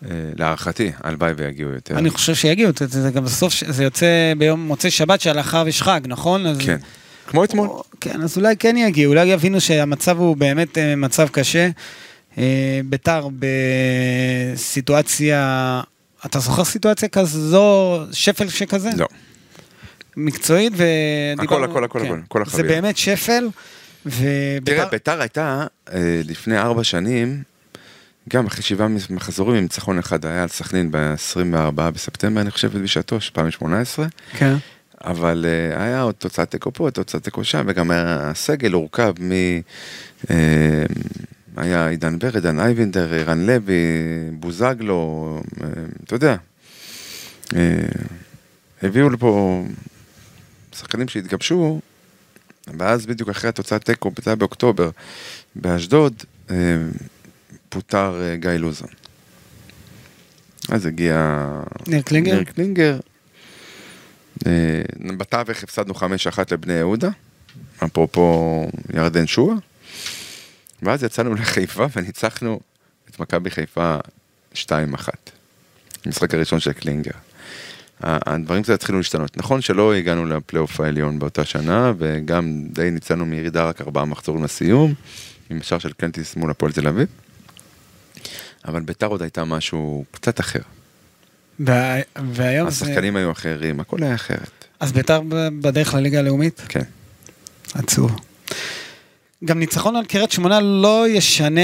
Speaker 3: אה, להערכתי, הלוואי ויגיעו יותר.
Speaker 1: אני חושב שיגיעו, זה- זה גם בסוף, ש- זה יוצא ביום מוצאי שבת שלאחריו יש חג, נכון? אז-
Speaker 3: כן. כמו אתמול.
Speaker 1: או- כן, אז אולי כן יגיעו, אולי יבינו שהמצב הוא באמת אה, מצב קשה. אה, ביתר בסיטואציה, אתה זוכר סיטואציה כזו, שפל שכזה?
Speaker 3: לא.
Speaker 1: מקצועית ו...
Speaker 3: הכל, הכל, הכל, כל
Speaker 1: זה
Speaker 3: החבילה.
Speaker 1: באמת שפל,
Speaker 3: תראה,
Speaker 1: וביתר...
Speaker 3: ביתר הייתה אה, לפני ארבע שנים, גם אחרי שבעה מחזורים עם ניצחון אחד, היה על סכנין ב-24 בספטמבר, אני חושב, בשעתו, של 2018,
Speaker 1: כן.
Speaker 3: אבל אה, היה עוד תוצאת תיקו פה, תוצאת תיקו שם, וגם הסגל הורכב מ... אה, היה עידן ורד, עידן אייבינדר, רן לוי, בוזגלו, אה, אתה יודע. אה, הביאו לפה שחקנים שהתגבשו, ואז בדיוק אחרי התוצאת תיקו, זה היה באוקטובר, באשדוד, אה, פוטר אה, גיא לוזון. אז הגיע
Speaker 1: ניר קלינגר?
Speaker 3: ניר קלינגר. אה, בתווך הפסדנו 5-1 לבני יהודה, אפרופו ירדן שועה. ואז יצאנו לחיפה וניצחנו את מכבי חיפה 2-1. המשחק הראשון של קלינגר. ה- הדברים קצת התחילו להשתנות. נכון שלא הגענו לפלייאוף העליון באותה שנה, וגם די ניצלנו מירידה רק ארבעה מחזורים לסיום, עם השער של קלנטיס מול הפועל תל אביב. אבל ביתר עוד הייתה משהו קצת אחר.
Speaker 1: וה- והיום זה...
Speaker 3: השחקנים היו אחרים, הכל היה אחרת.
Speaker 1: אז ביתר ב- בדרך לליגה הלאומית?
Speaker 3: כן.
Speaker 1: עצוב. גם ניצחון על קריית שמונה לא ישנה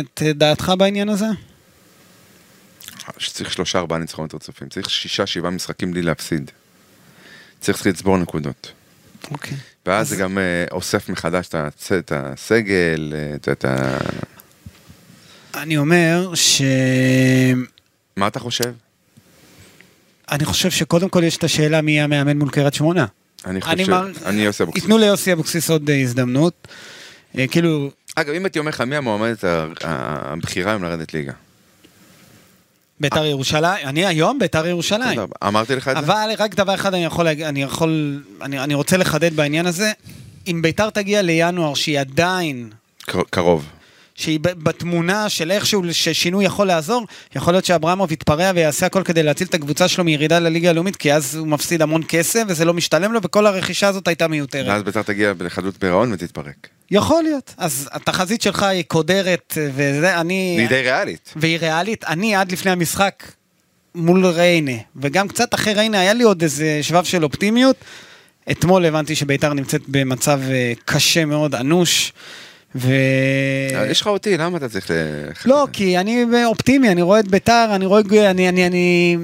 Speaker 1: את דעתך בעניין הזה?
Speaker 3: שצריך שלושה ארבעה ניצחונות רצופים, צריך שישה שבעה משחקים בלי להפסיד. צריך לצבור נקודות.
Speaker 1: אוקיי.
Speaker 3: ואז זה גם אה, אוסף מחדש את הצ- את הסגל, אה, את- את ה...
Speaker 1: אני אומר ש...
Speaker 3: מה אתה חושב?
Speaker 1: אני חושב שקודם כל יש את השאלה מי יהיה המאמן מול קריית שמונה.
Speaker 3: אני חושב ש...
Speaker 1: מעריך-
Speaker 3: אני עושה בוקסים.
Speaker 1: ייתנו ליוסי אבוקסיס עוד אה, הזדמנות. אה, כאילו,
Speaker 3: אגב, אם הייתי אומר לך מי המועמדת ה- ה- הבכירה היום לרדת ליגה.
Speaker 1: ביתר ירושלים, אני היום ביתר ירושלים.
Speaker 3: תודה רבה. אמרתי לך את אה. זה?
Speaker 1: אבל רק דבר אחד אני יכול, להג- אני יכול, אני, אני רוצה לחדד בעניין הזה. אם ביתר תגיע לינואר שהיא עדיין
Speaker 3: קר- קרוב.
Speaker 1: שהיא ב- בתמונה של איכשהו ששינוי יכול לעזור, יכול להיות שאברמוב יתפרע ויעשה הכל כדי להציל את הקבוצה שלו מירידה לליגה הלאומית, כי אז הוא מפסיד המון כסף וזה לא משתלם לו, וכל הרכישה הזאת הייתה מיותרת.
Speaker 3: ואז ביתר תגיע לחדלות פירעון ותתפרק.
Speaker 1: יכול להיות. אז התחזית שלך היא קודרת, וזה, אני...
Speaker 3: היא די ריאלית.
Speaker 1: והיא ריאלית. אני עד לפני המשחק מול ריינה, וגם קצת אחרי ריינה היה לי עוד איזה שבב של אופטימיות. אתמול הבנתי שביתר נמצאת במצב אה, קשה מאוד, אנוש. ו...
Speaker 3: יש לך אותי, למה אתה צריך ל...
Speaker 1: אה, לא, כי אני אופטימי, אני רואה את ביתר, אני רואה, אני, אני, אני,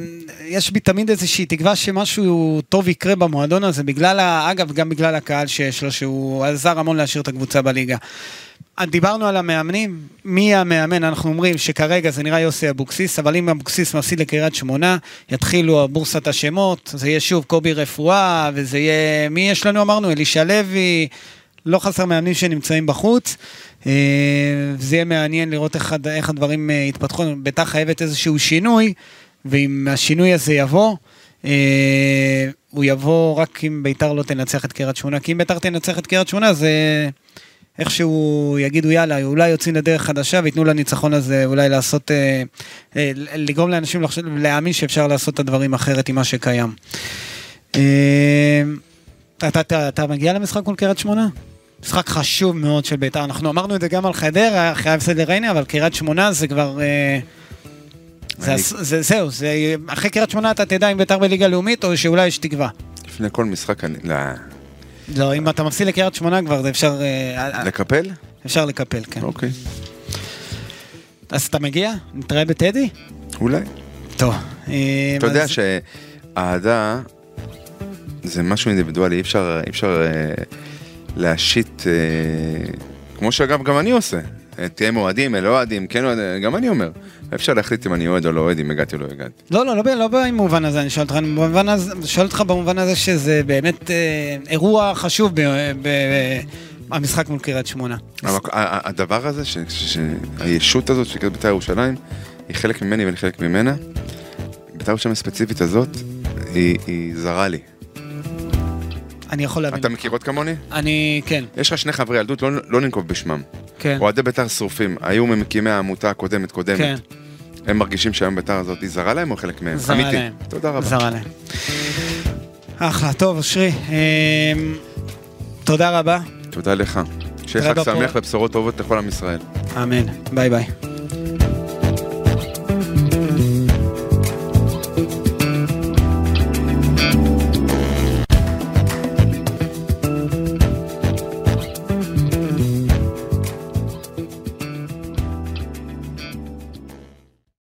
Speaker 1: יש בי תמיד איזושהי תקווה שמשהו טוב יקרה במועדון הזה, בגלל, ה- אגב, גם בגלל הקהל שיש לו, שהוא עזר המון להשאיר את הקבוצה בליגה. אז דיברנו על המאמנים, מי המאמן, אנחנו אומרים שכרגע זה נראה יוסי אבוקסיס, אבל אם אבוקסיס מפסיד לקריית שמונה, יתחילו בורסת השמות, זה יהיה שוב קובי רפואה, וזה יהיה, מי יש לנו אמרנו? אלישע לוי, לא חסר מאמנים שנמצאים בחוץ. אה, זה יהיה מעניין לראות איך, הד- איך הדברים אה, יתפתחו, ביתר חייבת איזשהו שינוי, ואם השינוי הזה יבוא, אה, הוא יבוא רק אם ביתר לא תנצח את קריית שמונה, כי אם ביתר תנצח את קריית שמונה זה איכשהו יגידו יאללה, אולי יוצאים לדרך חדשה וייתנו לניצחון הזה אולי לעשות, אה, אה, לגרום לאנשים לחשוב, להאמין שאפשר לעשות את הדברים אחרת עם מה שקיים. אה, אתה, אתה, אתה מגיע למשחק מול קריית שמונה? משחק חשוב מאוד של ביתר, אנחנו אמרנו את זה גם על חדרה, אחרי ההפסד לריינה, אבל קריית שמונה זה כבר... אה, זה הס- זה- זהו, זה- אחרי קריית שמונה אתה תדע אם ביתר בליגה לאומית או שאולי יש תקווה.
Speaker 3: לפני כל משחק אני... ל-
Speaker 1: לא, אם אתה מפסיד לקריית שמונה כבר, זה אפשר, אה, אה,
Speaker 3: לקפל?
Speaker 1: אפשר לקפל, כן.
Speaker 3: אוקיי.
Speaker 1: אז אתה מגיע? נתראה בטדי?
Speaker 3: אולי.
Speaker 1: טוב. אה,
Speaker 3: אתה יודע
Speaker 1: אז-
Speaker 3: שאהדה זה משהו אינדיבידואלי, אי אפשר, אי אפשר אה, להשית, אה, כמו שאגב גם אני עושה, אה, תהיה עם אוהדים, אה, לא אוהדים, כן אוהדים, גם אני אומר, אי אפשר להחליט אם אני אוהד או לא אוהד, אם הגעתי או לא הגעתי.
Speaker 1: לא, לא, לא, ב- לא במובן הזה, אני שואל אותך, אני במובן הזה, שואל אותך במובן הזה שזה באמת אה, אירוע חשוב ב- ב- ב- המשחק מול קריית שמונה.
Speaker 3: אבל ה- ה- הדבר הזה, ש- ש- שהישות הזאת שנקראת בית"ר ירושלים, היא חלק ממני ואני חלק ממנה. בית"ר ירושלים הספציפית הזאת, היא, היא זרה לי.
Speaker 1: אני יכול להבין.
Speaker 3: אתה מכיר עוד כמוני?
Speaker 1: אני, כן,
Speaker 3: יש לך שני חברי ילדות, לא, לא ננקוב בשמם.
Speaker 1: כן,
Speaker 3: אוהדי בית"ר שרופים, היו ממקימי העמותה הקודמת קודמת.
Speaker 1: כן,
Speaker 3: הם מרגישים שהיום בית"ר הזאת היא זרה להם או חלק מהם?
Speaker 1: זרה
Speaker 3: אמיתי.
Speaker 1: להם.
Speaker 3: תודה רבה.
Speaker 1: זרה להם. אחלה, טוב, אושרי, אה, תודה רבה,
Speaker 3: תודה לך. שיהיה
Speaker 1: תודה
Speaker 3: חג
Speaker 1: בפועל.
Speaker 3: שמח ובשורות טובות לכל עם ישראל.
Speaker 1: אמן, ביי ביי.